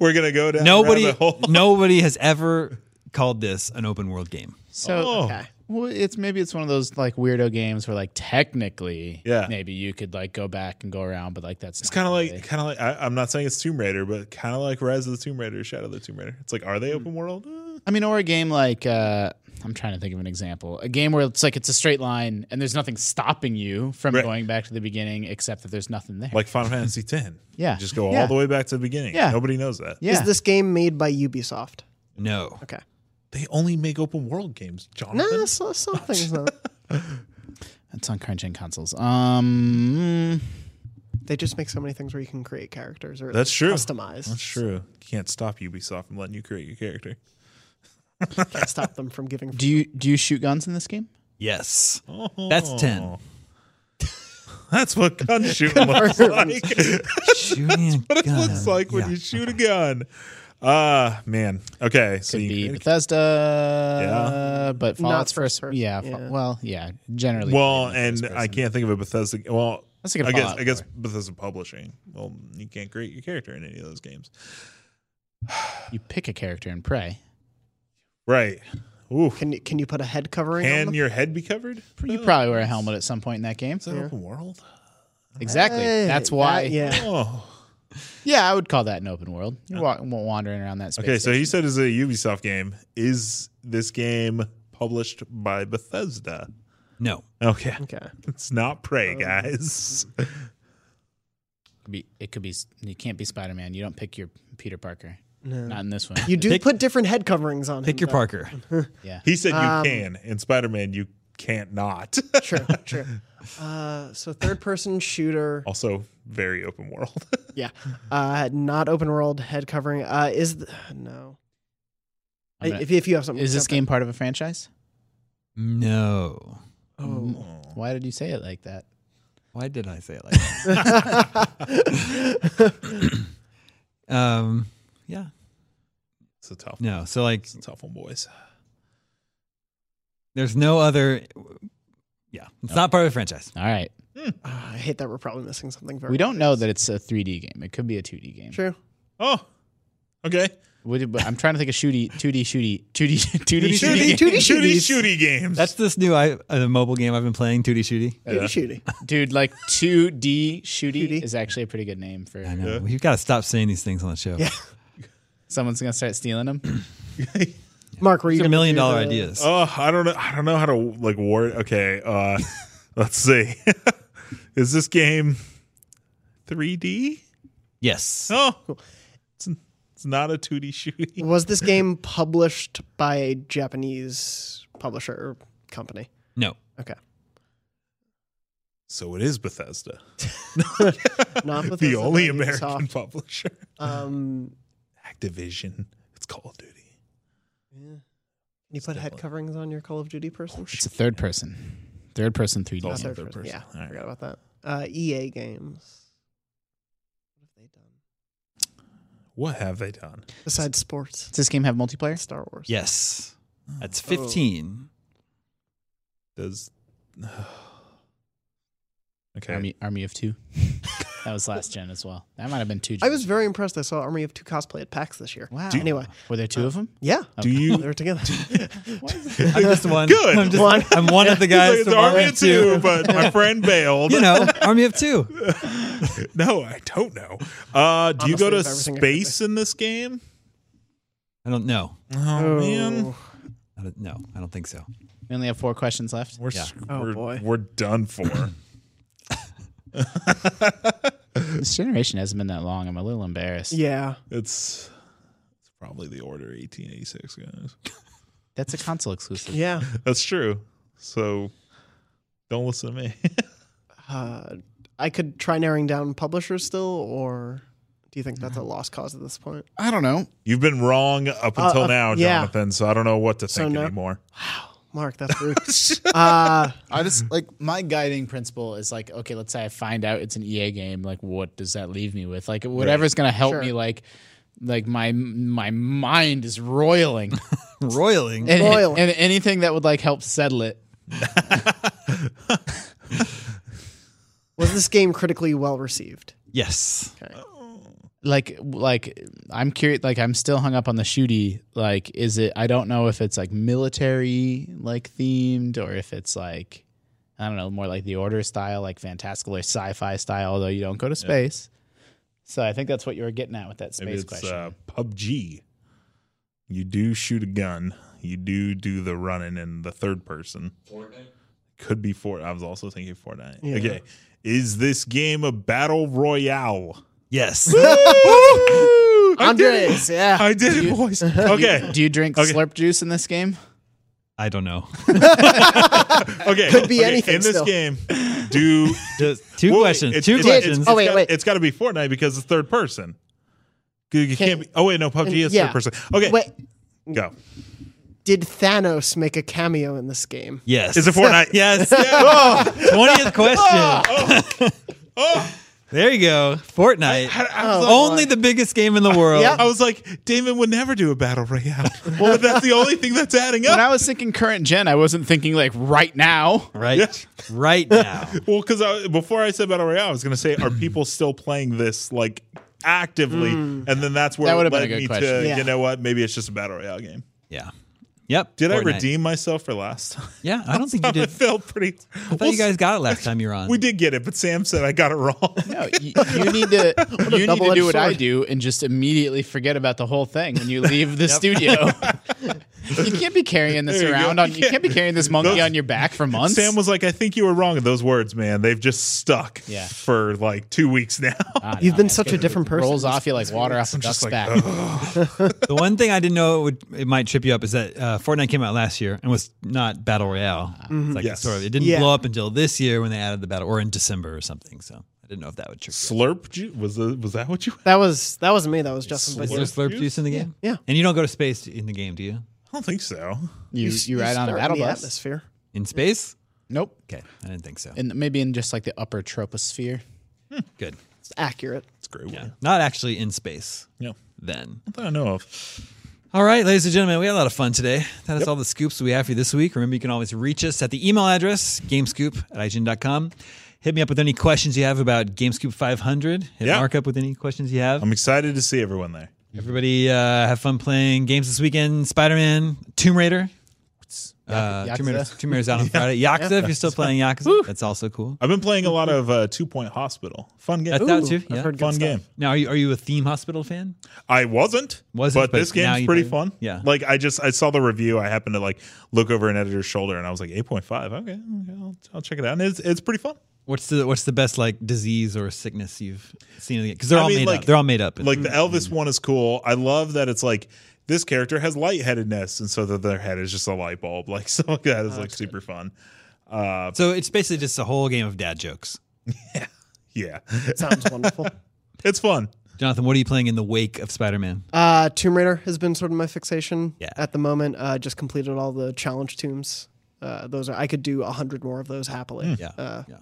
Speaker 6: We're gonna go down
Speaker 1: nobody.
Speaker 6: rabbit hole.
Speaker 1: nobody has ever called this an open world game.
Speaker 4: so
Speaker 6: Oh.
Speaker 5: okay.
Speaker 4: well, it's maybe it's one of those like weirdo games where like technically,
Speaker 6: Yeah.
Speaker 4: maybe you could like go back and go around, but like that's
Speaker 6: It's kind of like, kind of like. I, I'm not saying it's Tomb Raider, but kind of like Rise of the Tomb Raider, Shadow of the Tomb Raider. It's like, are they
Speaker 4: Hmm.
Speaker 6: open world? Uh,
Speaker 4: I mean, or a game like uh, I'm trying to think of an example. A game where it's like it's a straight line and there's nothing stopping you from
Speaker 6: Right.
Speaker 4: going back to the beginning, except that there's nothing there.
Speaker 6: Like Final Fantasy X.
Speaker 4: Yeah.
Speaker 6: just go
Speaker 4: Yeah.
Speaker 6: all the way back to the beginning.
Speaker 4: Yeah.
Speaker 6: nobody knows that.
Speaker 4: yeah,
Speaker 5: Is this game made by Ubisoft?
Speaker 1: No.
Speaker 5: Okay.
Speaker 6: They only make open world games, Jonathan.
Speaker 5: No, so, something's not.
Speaker 4: it's on current gen consoles. Um,
Speaker 5: They just make so many things where you can create characters or
Speaker 6: That's true.
Speaker 5: customize.
Speaker 6: That's true. Can't stop Ubisoft from letting you create your character.
Speaker 5: Can't stop them from giving.
Speaker 4: do you do you shoot guns in this game?
Speaker 1: Yes. That's
Speaker 6: Oh.
Speaker 1: ten.
Speaker 6: That's what gun shooting looks like.
Speaker 1: Shooting a
Speaker 6: it
Speaker 1: gun.
Speaker 6: looks like when
Speaker 1: Yeah.
Speaker 6: you shoot a gun. Ah, man. Okay, so
Speaker 4: Could
Speaker 6: you
Speaker 4: be
Speaker 6: create a-
Speaker 4: Bethesda, but Fallout's
Speaker 5: first
Speaker 4: first.
Speaker 5: person.
Speaker 4: Yeah, fa-
Speaker 5: Yeah.
Speaker 4: well, yeah, generally.
Speaker 6: well,
Speaker 4: played in
Speaker 6: and
Speaker 4: first
Speaker 6: I
Speaker 4: person.
Speaker 6: can't think of a Bethesda. Well,
Speaker 4: Let's think of
Speaker 6: I guess
Speaker 4: Fallout
Speaker 6: I guess
Speaker 4: four.
Speaker 6: Bethesda publishing. Well, you can't create your character in any of those games,
Speaker 4: you pick a character and pray.
Speaker 6: right? Ooh,
Speaker 5: Can you can you put a head covering? on
Speaker 6: can
Speaker 5: them?
Speaker 6: your head be covered?
Speaker 4: You probably wear a helmet at some point in that game.
Speaker 6: Is that open world?
Speaker 4: Exactly.
Speaker 5: Hey,
Speaker 4: That's why.
Speaker 5: that- yeah.
Speaker 6: Oh,
Speaker 4: Yeah, I would call that an open world. You're wa- wandering around that space.
Speaker 6: Okay, so
Speaker 4: station.
Speaker 6: he said it's a Ubisoft game. Is this game published by Bethesda?
Speaker 1: No.
Speaker 6: Okay.
Speaker 5: Okay.
Speaker 6: It's not Prey, guys.
Speaker 4: Could be- it could be. s- It can't be Spider Man. You don't pick your Peter Parker.
Speaker 5: No.
Speaker 4: Not in this one.
Speaker 5: You do
Speaker 1: Pick-
Speaker 5: put different head coverings on.
Speaker 1: Pick your
Speaker 5: him, though.
Speaker 1: Parker.
Speaker 4: yeah.
Speaker 6: He said you
Speaker 5: Um,
Speaker 6: can. In Spider Man, you can't not.
Speaker 5: True, true. Uh, so third person shooter.
Speaker 6: also, very open world.
Speaker 5: Yeah. Uh, not open world head covering. Uh, is th- no.
Speaker 4: I'm gonna-
Speaker 5: if, if you have something.
Speaker 4: Is this
Speaker 5: jump
Speaker 4: game part of a franchise?
Speaker 1: No.
Speaker 5: in. Oh.
Speaker 4: Why did you say it like that?
Speaker 1: Why did I say it like that? um, yeah.
Speaker 6: it's a tough
Speaker 1: No. So like,
Speaker 6: It's a tough one, boys.
Speaker 1: there's no other. Yeah, it's not part of the franchise.
Speaker 4: All right.
Speaker 5: Ah, I hate that we're probably missing something very
Speaker 4: We don't know that it's a 3D game. It could be a 2D game.
Speaker 5: true.
Speaker 6: Oh, okay.
Speaker 4: Would it- but I'm trying to think of shooty, 2D, shooty, 2D, 2D,
Speaker 6: Shooty,
Speaker 4: shooty.
Speaker 6: shooty, shooty, games.
Speaker 1: That's this new I, uh, mobile game I've been playing, 2D Shooty.
Speaker 5: Shooty shooty.
Speaker 4: Dude, like 2D shooty,
Speaker 5: 2D.
Speaker 4: is actually a pretty good name for.
Speaker 1: I know. You've got to stop saying these things on the show.
Speaker 5: Yeah.
Speaker 4: Someone's gonna start stealing them.
Speaker 5: Mark, were you
Speaker 1: These are
Speaker 5: gonna
Speaker 1: million
Speaker 5: do
Speaker 1: dollar
Speaker 5: the-
Speaker 1: ideas.
Speaker 6: Oh, I don't know. I don't know how to like word. Okay, uh, let's see. Is this game 3D?
Speaker 1: yes.
Speaker 6: Oh, it's, it's not a 2D shooting.
Speaker 5: Was this game published by a Japanese publisher or company?
Speaker 1: No.
Speaker 5: Okay.
Speaker 6: So it is Bethesda,
Speaker 5: Not Bethesda,
Speaker 6: the only
Speaker 5: not
Speaker 6: American
Speaker 5: Ubisoft.
Speaker 6: publisher.
Speaker 5: Um,
Speaker 6: Activision. It's Call of Duty.
Speaker 5: you put head coverings on your Call of Duty person?
Speaker 4: It's a third person, third person 3D.
Speaker 5: Not
Speaker 6: also
Speaker 5: third
Speaker 6: third
Speaker 5: person.
Speaker 6: person.
Speaker 5: Yeah,
Speaker 6: All
Speaker 5: I
Speaker 6: right.
Speaker 5: forgot about that. Uh, EA games. What have
Speaker 6: What have they
Speaker 5: they done
Speaker 6: done?
Speaker 5: besides sports?
Speaker 4: Does this game have multiplayer?
Speaker 5: Star Wars.
Speaker 1: Yes. That's
Speaker 6: Oh.
Speaker 1: 15.
Speaker 6: Does okay?
Speaker 4: Army, Army of Two. that was last gen as well. That might have been two.
Speaker 5: I was very impressed. I saw Army of Two cosplay at PAX this year.
Speaker 4: Wow.
Speaker 5: Anyway,
Speaker 4: Were there two
Speaker 5: uh,
Speaker 4: of them?
Speaker 5: yeah,
Speaker 6: Do you?
Speaker 5: they're together.
Speaker 1: I'm just one.
Speaker 6: Good.
Speaker 1: I'm just
Speaker 5: One.
Speaker 1: I'm one of the guys.
Speaker 6: it's
Speaker 1: from
Speaker 6: Army of Two, but my friend bailed.
Speaker 1: You know, Army of Two.
Speaker 6: No, I don't know. Uh, do you
Speaker 5: Honestly,
Speaker 6: go to
Speaker 5: it's everything I could
Speaker 6: space in this game?
Speaker 1: I don't know.
Speaker 6: Oh, man,
Speaker 5: Oh,
Speaker 1: I don't, no, I don't think so.
Speaker 4: We only have four questions left.
Speaker 6: we're
Speaker 1: Yeah.
Speaker 6: sc-
Speaker 5: Oh,
Speaker 6: we're,
Speaker 5: boy.
Speaker 6: we're done for.
Speaker 4: This generation hasn't been that long. I'm a little embarrassed.
Speaker 5: yeah.
Speaker 6: it's it's probably the Order 1886, guys.
Speaker 4: That's a console exclusive.
Speaker 5: Yeah.
Speaker 6: That's true. So don't listen to me.
Speaker 5: Uh, I could try narrowing down publishers still, or do you think that's a lost cause at this point?
Speaker 4: I don't know.
Speaker 6: You've been wrong up
Speaker 5: Uh,
Speaker 6: until
Speaker 5: uh,
Speaker 6: now,
Speaker 5: yeah.
Speaker 6: Jonathan. So I don't know what to
Speaker 5: So
Speaker 6: think
Speaker 5: no.
Speaker 6: anymore.
Speaker 5: Mark, that's rude. uh,
Speaker 4: I just like my guiding principle is like, okay, let's say I find out it's an EA game. Like, what does that leave me with? Like, whatever's gonna help
Speaker 5: Sure.
Speaker 4: me. Like, like my my mind is roiling.
Speaker 1: Roiling.
Speaker 4: and,
Speaker 5: Roiling.
Speaker 4: and anything that would like help settle it.
Speaker 5: was this game critically well received?
Speaker 1: Yes.
Speaker 4: Like, like I'm curious. Like, I'm still hung up on the shooty. Like, is it? I don't know if it's like military like themed or if it's like. I don't know, more like the order style, like fantastical or sci-fi style, although you don't go to space. So I think that's what you were getting at with that space
Speaker 6: Maybe it's
Speaker 4: question.
Speaker 6: uh, PUBG. You do shoot a gun. You do do the running in the third person. Could be Fort. I was also thinking Fortnite.
Speaker 5: Yeah.
Speaker 6: Okay, is this game a battle royale?
Speaker 1: Yes.
Speaker 5: Andres, yeah.
Speaker 6: I did it, boys. Okay,
Speaker 4: Do you drink
Speaker 6: Okay.
Speaker 4: slurp juice in this game?
Speaker 1: I don't know.
Speaker 6: okay.
Speaker 5: Could be
Speaker 6: okay.
Speaker 5: anything
Speaker 6: in this
Speaker 5: still.
Speaker 6: game. Do
Speaker 1: Just two
Speaker 6: Well, wait,
Speaker 1: questions.
Speaker 6: it's-
Speaker 1: two
Speaker 6: it's- it's-
Speaker 1: questions.
Speaker 6: it's
Speaker 5: Oh, wait,
Speaker 6: got-
Speaker 5: wait.
Speaker 6: It's got to be Fortnite because it's third person. You- You
Speaker 5: Can-
Speaker 6: can't be. Oh wait, no, PUBG is
Speaker 5: yeah.
Speaker 6: third person. Okay,
Speaker 5: Wait,
Speaker 6: go.
Speaker 5: did Thanos make a cameo in this game?
Speaker 1: yes.
Speaker 6: Is it Fortnite?
Speaker 1: Yes.
Speaker 6: Yeah. Oh.
Speaker 1: 20th question. There you go. Fortnite.
Speaker 6: I was
Speaker 5: Oh,
Speaker 6: like-
Speaker 1: Only the biggest game in the world.
Speaker 5: Yeah.
Speaker 6: I was like, Damon would never do a battle royale. well, that's the only thing that's adding
Speaker 4: When
Speaker 6: up.
Speaker 4: I was thinking current gen, I wasn't thinking like right now.
Speaker 1: Right. Right now.
Speaker 6: Well, because I, before I said battle royale, I was going to say, are people still playing this like actively? And then that's where
Speaker 4: That
Speaker 6: it
Speaker 4: would've been
Speaker 6: led
Speaker 4: a good
Speaker 6: me
Speaker 4: question.
Speaker 6: to,
Speaker 5: Yeah.
Speaker 6: you know what? Maybe it's just a battle royale game.
Speaker 1: Yeah. Yep.
Speaker 6: Did I
Speaker 1: Fortnite.
Speaker 6: redeem myself for last time?
Speaker 1: Yeah, I don't think you
Speaker 6: I
Speaker 1: did.
Speaker 6: felt pretty.
Speaker 1: I thought you guys got it last time you were on.
Speaker 6: we did get it, but Sam said I got it wrong.
Speaker 4: No, you, you need to you need to
Speaker 5: double-edged
Speaker 4: do what I
Speaker 5: sword.
Speaker 4: do and just immediately forget about the whole thing when you leave the studio. you can't be carrying this
Speaker 6: There you go.
Speaker 4: around on. You can't be carrying this monkey
Speaker 6: Those-
Speaker 4: on your back for months.
Speaker 6: Sam was like, I think you were wrong in those words, man. They've just stuck
Speaker 4: Yeah.
Speaker 6: for like two weeks now.
Speaker 4: Ah,
Speaker 5: You've
Speaker 4: no,
Speaker 5: been
Speaker 4: man.
Speaker 5: such a different person.
Speaker 4: rolls off you like water off a duck's
Speaker 6: just like,
Speaker 4: back.
Speaker 1: The one thing I didn't know it would it might trip you up is that uh, Fortnite came out last year and was not battle royale. It's like
Speaker 6: Yes.
Speaker 1: sort of it didn't
Speaker 5: Yeah.
Speaker 1: blow up until this year when they added the battle, or in December or something. So I didn't know if that would trip. you up.
Speaker 6: Slurp ju- was the, was that what you?
Speaker 5: That was that wasn't me. That was Justin.
Speaker 1: Is
Speaker 5: But
Speaker 1: there slurp juice, in the game?
Speaker 5: Yeah. Yeah.
Speaker 1: And you don't go to space in the game, do you?
Speaker 6: I don't think so.
Speaker 4: You you ride on a
Speaker 5: start in
Speaker 4: battle
Speaker 5: the
Speaker 4: bus.
Speaker 5: atmosphere.
Speaker 1: In space?
Speaker 4: Nope.
Speaker 1: Okay, I didn't think so.
Speaker 4: And maybe in just like the upper troposphere.
Speaker 1: Good.
Speaker 5: It's accurate.
Speaker 6: It's a great one.
Speaker 1: Not actually in space
Speaker 6: Yeah.
Speaker 1: then.
Speaker 6: I don't know if
Speaker 1: All right, ladies and gentlemen, we had a lot of fun today. That is all the scoops we have for you this week. Remember, you can always reach us at the email address, gamescoop at IGN.com. Hit me up with any questions you have about GameScoop 500. Hit
Speaker 6: Yeah.
Speaker 1: Mark up with any questions you have.
Speaker 6: I'm excited to see everyone there.
Speaker 1: Everybody uh, have fun playing games this weekend. Spider-Man, Tomb Raider. Uh,
Speaker 4: Yakuza.
Speaker 1: Tomb, Raider Tomb Raider's out on Friday. Yakuza, if you're still playing Yakuza, that's also cool.
Speaker 6: I've been playing a lot of uh, Two Point Hospital. Fun game.
Speaker 1: That's out too. Yeah.
Speaker 5: heard
Speaker 6: Fun
Speaker 5: Good
Speaker 6: game.
Speaker 1: Now, are you, are you a Theme Hospital fan?
Speaker 6: I wasn't,
Speaker 1: Wasn't,
Speaker 6: but,
Speaker 1: but
Speaker 6: this
Speaker 1: now
Speaker 6: game's
Speaker 1: you
Speaker 6: pretty
Speaker 1: play-
Speaker 6: fun.
Speaker 1: yeah.
Speaker 6: like I just I saw the review. I happened to like look over an editor's shoulder, and I was like, eight point five. Okay, okay, I'll, I'll check it out. And it's it's pretty fun.
Speaker 1: What's the What's the best like disease or sickness you've seen? Because they're
Speaker 6: I
Speaker 1: all
Speaker 6: mean,
Speaker 1: made
Speaker 6: like-
Speaker 1: up. They're all made up.
Speaker 6: Like the Elvis one is cool. I love that it's like this character has lightheadedness, and so that their head is just a light bulb. Like so, like that is
Speaker 1: Oh,
Speaker 6: like super fun. Uh,
Speaker 1: so it's basically just a whole game of dad jokes.
Speaker 6: yeah,
Speaker 5: Sounds wonderful.
Speaker 6: it's fun.
Speaker 1: Jonathan, what are you playing in the wake of Spider Man?
Speaker 5: Uh, Tomb Raider has been sort of my fixation
Speaker 1: Yeah.
Speaker 5: at the moment. Uh, just completed all the challenge tombs. Uh, those are I could do a hundred more of those happily.
Speaker 1: Yeah,
Speaker 5: Uh,
Speaker 1: Hmm. yeah.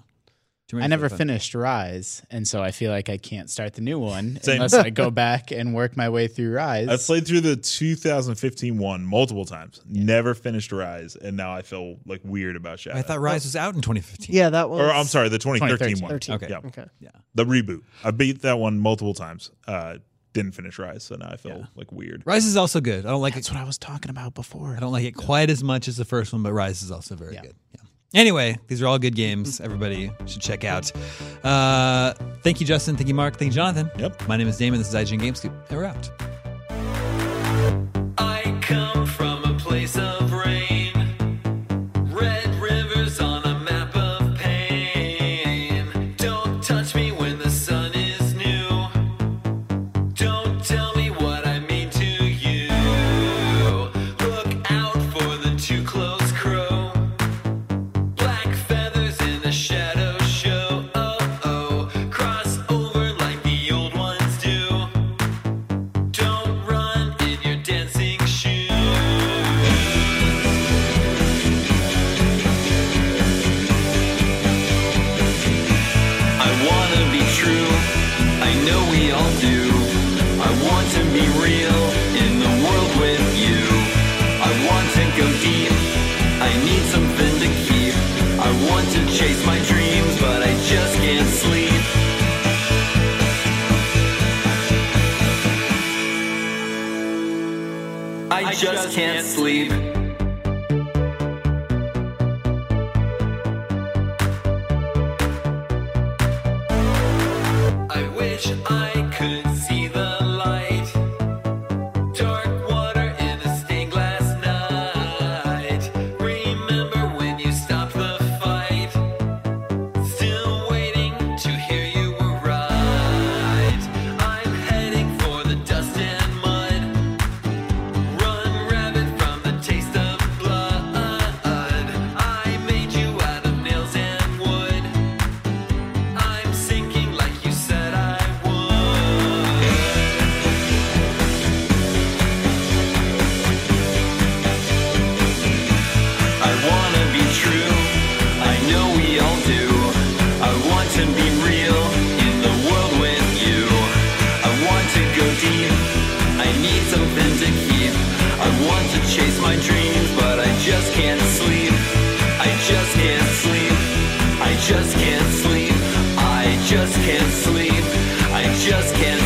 Speaker 1: Tomb Raider's
Speaker 4: I never
Speaker 1: fun.
Speaker 4: finished Rise, and so I feel like I can't start the new one
Speaker 6: Same.
Speaker 4: unless I go back and work my way through Rise.
Speaker 6: I've played through the 2015 one multiple times, never finished Rise, and now I feel like weird about Shadow.
Speaker 1: I thought Rise was out in 2015.
Speaker 5: yeah, that was.
Speaker 6: or I'm sorry, the 2013,
Speaker 5: 13.
Speaker 6: one.
Speaker 1: Okay.
Speaker 6: Yeah.
Speaker 5: Okay.
Speaker 6: The reboot. I beat that one multiple times. Uh, didn't finish Rise, so now I feel like weird.
Speaker 1: Rise is also good. I don't like it.
Speaker 4: That's what I was talking about before.
Speaker 1: I don't like it quite as much as the first one, but Rise is also very good. Yeah. Anyway, these are all good games. Everybody should check out. Uh, thank you, Justin. Thank you, Mark. Thank you, Jonathan.
Speaker 6: Yep.
Speaker 1: My name is Damon. This is IGN Gamescoop. And we're out.
Speaker 7: I come from a place of rain. Red rivers on a map of pain. Don't touch me when the sun is new. Don't tell me what I mean to you. Look out for the too close crow. Black feathers in the shadow show. Oh oh. Cross over like the old ones do. Don't run in your dancing shoes. I wanna be true, I know we all do. I want to be real in the world with you. I want to go deep, I need something to keep. I want to chase my dreams, but I just can't sleep. I just can't sleep. I wish I could see the light. Dark water in a stained glass night. Remember when you stopped the fight? Still waiting to hear you were right. I'm heading for the dust and mud. Run rabbit from the taste of blood. I made you out of nails and wood. I'm sinking like you said I would. I wanna be true, I know we all do. I want to be real in the world with you. I want to go deep, I need something to keep. I want to chase my dreams, but I just can't sleep. I just can't sleep, I just can't sleep, I just can't sleep, I just can't